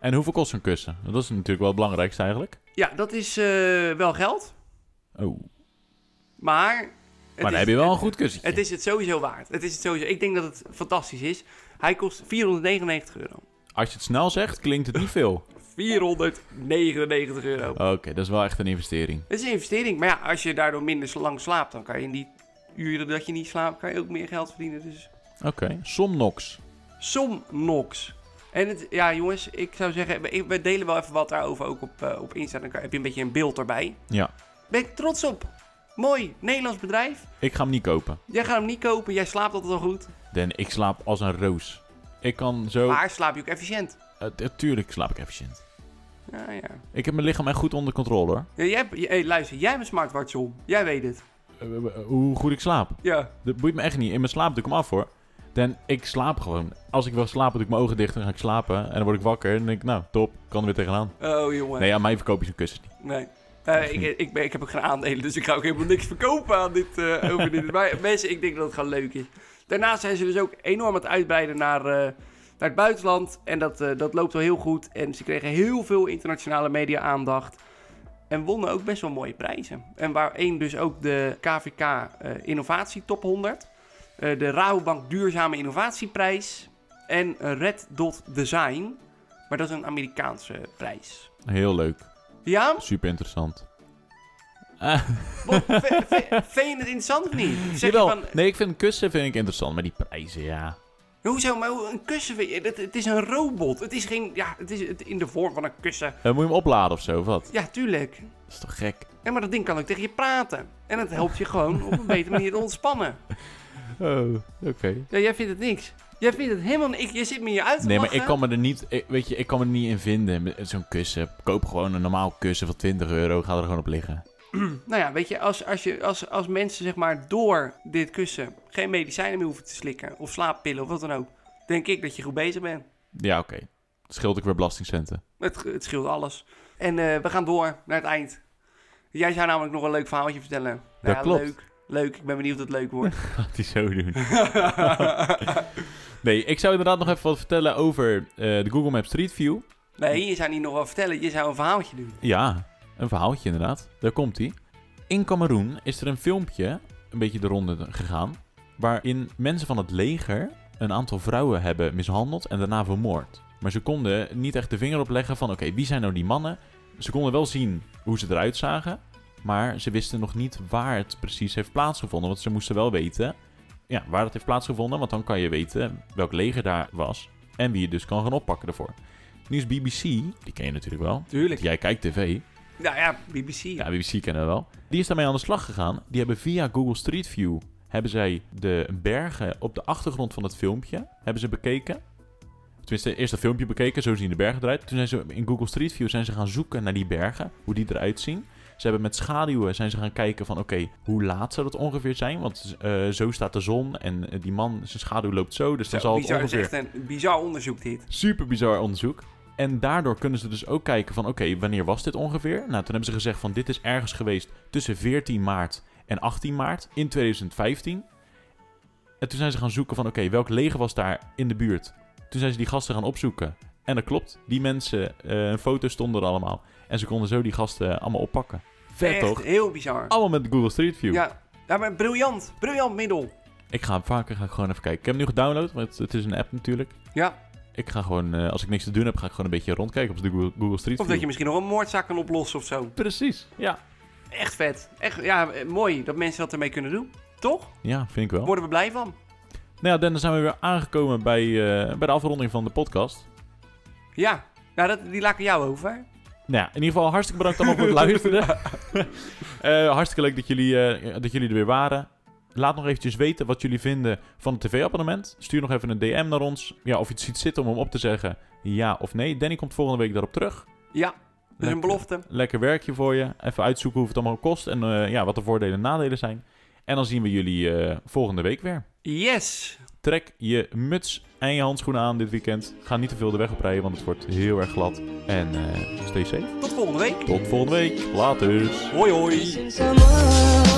Speaker 2: En hoeveel kost zo'n kussen? Dat is natuurlijk wel het belangrijkste eigenlijk.
Speaker 1: Ja, dat is eh, wel geld,
Speaker 2: Oh,
Speaker 1: maar... het
Speaker 2: maar
Speaker 1: is-
Speaker 2: dan heb je wel een goed kussentje.
Speaker 1: Het is het sowieso waard. Het is het sowieso. Ik denk dat het fantastisch is. Hij kost 499 euro.
Speaker 2: Als je het snel zegt, klinkt het niet veel.
Speaker 1: 499 euro.
Speaker 2: Oké, dat is wel echt een investering.
Speaker 1: Het is een investering. Maar ja, als je daardoor minder sl- lang slaapt, dan kan je in die uren dat je niet slaapt, kan je ook meer geld verdienen. Dus
Speaker 2: Oké, Somnox.
Speaker 1: Somnox. En het, ja, jongens, ik zou zeggen, we, we delen wel even wat daarover ook op, eh, op Insta. Dan kan- heb je een beetje een beeld erbij.
Speaker 2: Ja,
Speaker 1: Ben ik trots op. Mooi, Nederlands bedrijf.
Speaker 2: ik ga hem niet kopen.
Speaker 1: Jij gaat hem niet kopen, jij slaapt altijd al goed.
Speaker 2: Den, ik slaap als een roos. Ik kan zo...
Speaker 1: Maar slaap je ook efficiënt.
Speaker 2: Eh, tu- tuurlijk slaap ik efficiënt.
Speaker 1: Ja, ja.
Speaker 2: Ik heb mijn lichaam echt goed onder controle hoor.
Speaker 1: Ja, jij, hebt- je- hey, luister, jij hebt een smartwatch om. Jij weet het.
Speaker 2: Eh, eh, eh, hoe goed ik slaap.
Speaker 1: Ja.
Speaker 2: Dat boeit me echt niet. In mijn slaap doe ik hem af hoor. Den, ik slaap gewoon. Als ik wil slapen, doe ik mijn ogen dicht en ga ik slapen. En dan word ik wakker en dan denk ik, nou, top, kan er weer tegenaan.
Speaker 1: Oh, jongen.
Speaker 2: Nee, aan mij verkoop je zo'n kussen niet.
Speaker 1: Nee. Eh, ik, ik, ben- ik heb ook geen aandelen, dus ik ga ook helemaal niks verkopen aan dit, eh, over dit. Maar mensen, ik denk dat het gewoon leuk is. Daarnaast zijn ze dus ook enorm aan het uitbreiden naar, eh, naar het buitenland. En dat, eh, dat loopt wel heel goed. En ze kregen heel veel internationale media-aandacht. En wonnen ook best wel mooie prijzen. En waar één dus ook de KVK eh, Innovatie Top 100. eh, de Rabobank Duurzame Innovatieprijs. En een Red Dot Design. Maar dat is een Amerikaanse prijs.
Speaker 2: Heel leuk.
Speaker 1: Ja,
Speaker 2: Super interessant. Ah,
Speaker 1: Wat, v- v- vind je het interessant of niet? Zeg je
Speaker 2: jawel.
Speaker 1: van,
Speaker 2: Nee, ik vind kussen vind ik interessant, maar die prijzen, ja.
Speaker 1: hoezo, maar hoe- een kussen vind je, dat, het is een robot. Het is geen, ja, het is het, in de vorm van een kussen.
Speaker 2: Eh, moet je hem opladen of zo, of wat?
Speaker 1: Ja, tuurlijk.
Speaker 2: Dat is toch gek?
Speaker 1: Ja, maar dat ding kan ook tegen je praten. En dat helpt je gewoon op een betere manier te ontspannen.
Speaker 2: Oh, oké.
Speaker 1: Ja, jij vindt het niks. Jij vindt het helemaal niks. Je zit me hier uit te
Speaker 2: Nee, maar
Speaker 1: lachen.
Speaker 2: ik kan me er niet, ik- weet je, ik kan me er niet in vinden. Met Zo'n kussen. Koop gewoon een normaal kussen van 20 euro. Ga er gewoon op liggen.
Speaker 1: Nou ja, weet je, als, als, je als, als mensen zeg maar door dit kussen geen medicijnen meer hoeven te slikken... of slaappillen of wat dan ook... denk ik dat je goed bezig bent.
Speaker 2: Ja, oké. Scheelt ook weer belastingcenten.
Speaker 1: Het, het scheelt alles. En eh, we gaan door naar het eind. Jij zou namelijk nog een leuk verhaaltje vertellen. Nou
Speaker 2: Dat
Speaker 1: ja,
Speaker 2: klopt.
Speaker 1: Leuk, leuk. Ik ben benieuwd of het leuk wordt.
Speaker 2: Gaat hij zo doen. nee, ik zou inderdaad nog even wat vertellen over eh, de Google Maps Street View.
Speaker 1: nee, je zou niet nog wel vertellen. Je zou een verhaaltje doen.
Speaker 2: Ja, een verhaaltje inderdaad. Daar komt hij. In Cameroen is er een filmpje, een beetje de ronde gegaan, waarin mensen van het leger een aantal vrouwen hebben mishandeld en daarna vermoord. Maar ze konden niet echt de vinger op leggen van, oké, wie zijn nou die mannen? Ze konden wel zien hoe ze eruit zagen, maar ze wisten nog niet waar het precies heeft plaatsgevonden. Want ze moesten wel weten ja, waar het heeft plaatsgevonden, want dan kan je weten welk leger daar was en wie je dus kan gaan oppakken ervoor. Nu is BBC, die ken je natuurlijk wel,
Speaker 1: Tuurlijk.
Speaker 2: Jij kijkt tv.
Speaker 1: Nou ja, BBC.
Speaker 2: Ja, BBC kennen we wel. Die is daarmee aan de slag gegaan. Die hebben via Google Street View... hebben zij de bergen op de achtergrond van het filmpje... hebben ze bekeken. Tenminste, eerst dat filmpje bekeken. Zo zien de bergen eruit. Toen zijn ze in Google Street View zijn ze gaan zoeken naar die bergen. Hoe die eruit zien. Ze hebben met schaduwen zijn ze gaan kijken van... oké, hoe laat zou dat ongeveer zijn? Want eh, zo staat de zon en eh, die man, zijn schaduw loopt zo. Dus dan
Speaker 1: Zo,
Speaker 2: zal het
Speaker 1: bizar, het is
Speaker 2: ongeveer...
Speaker 1: echt een bizar onderzoek dit.
Speaker 2: Super bizar onderzoek. En daardoor kunnen ze dus ook kijken van, oké, wanneer was dit ongeveer? Nou, toen hebben ze gezegd van, dit is ergens geweest tussen 14 maart en 18 maart in 2015. En toen zijn ze gaan zoeken van, oké, welk leger was daar in de buurt? Toen zijn ze die gasten gaan opzoeken. En dat klopt, die mensen, eh, een foto stonden er allemaal. En ze konden zo die gasten allemaal oppakken. Vet
Speaker 1: echt
Speaker 2: toch?
Speaker 1: heel bizar.
Speaker 2: Allemaal met Google Street View.
Speaker 1: Ja. ja, maar briljant. Briljant middel.
Speaker 2: Ik ga hem vaker ga ik gewoon even kijken. Ik heb hem nu gedownload, want het is een app natuurlijk.
Speaker 1: Ja.
Speaker 2: Ik ga gewoon, eh, als ik niks te doen heb, ga ik gewoon een beetje rondkijken op de Google, Google Street
Speaker 1: Of
Speaker 2: View.
Speaker 1: dat je misschien nog een moordzaak kan oplossen of zo.
Speaker 2: Precies, ja.
Speaker 1: Echt vet. Echt, ja, eh, mooi dat mensen dat ermee kunnen doen. Toch?
Speaker 2: Ja, vind ik wel.
Speaker 1: Worden we blij van.
Speaker 2: Nou ja, Dan, dan zijn we weer aangekomen bij, eh, bij de afronding van de podcast.
Speaker 1: Ja. Nou, dat, die laat ik aan jou over.
Speaker 2: Nou ja, in ieder geval hartstikke bedankt allemaal voor het luisteren. Eh, hartstikke leuk dat jullie, eh, dat jullie er weer waren. Laat nog eventjes weten wat jullie vinden van het tv-abonnement. Stuur nog even een DM naar ons. Ja, of je het ziet zitten om hem op te zeggen ja of nee. Danny komt volgende week daarop terug.
Speaker 1: Ja, dat is
Speaker 2: Lekker.
Speaker 1: een belofte.
Speaker 2: Lekker werkje voor je. Even uitzoeken hoeveel het allemaal kost en eh, ja, wat de voordelen en nadelen zijn. En dan zien we jullie eh, volgende week weer.
Speaker 1: Yes.
Speaker 2: Trek je muts en je handschoenen aan dit weekend. Ga niet te veel de weg op rijden, want het wordt heel erg glad. En eh, stay safe.
Speaker 1: Tot volgende week.
Speaker 2: Tot volgende week. Later.
Speaker 1: Hoi hoi.
Speaker 3: Someone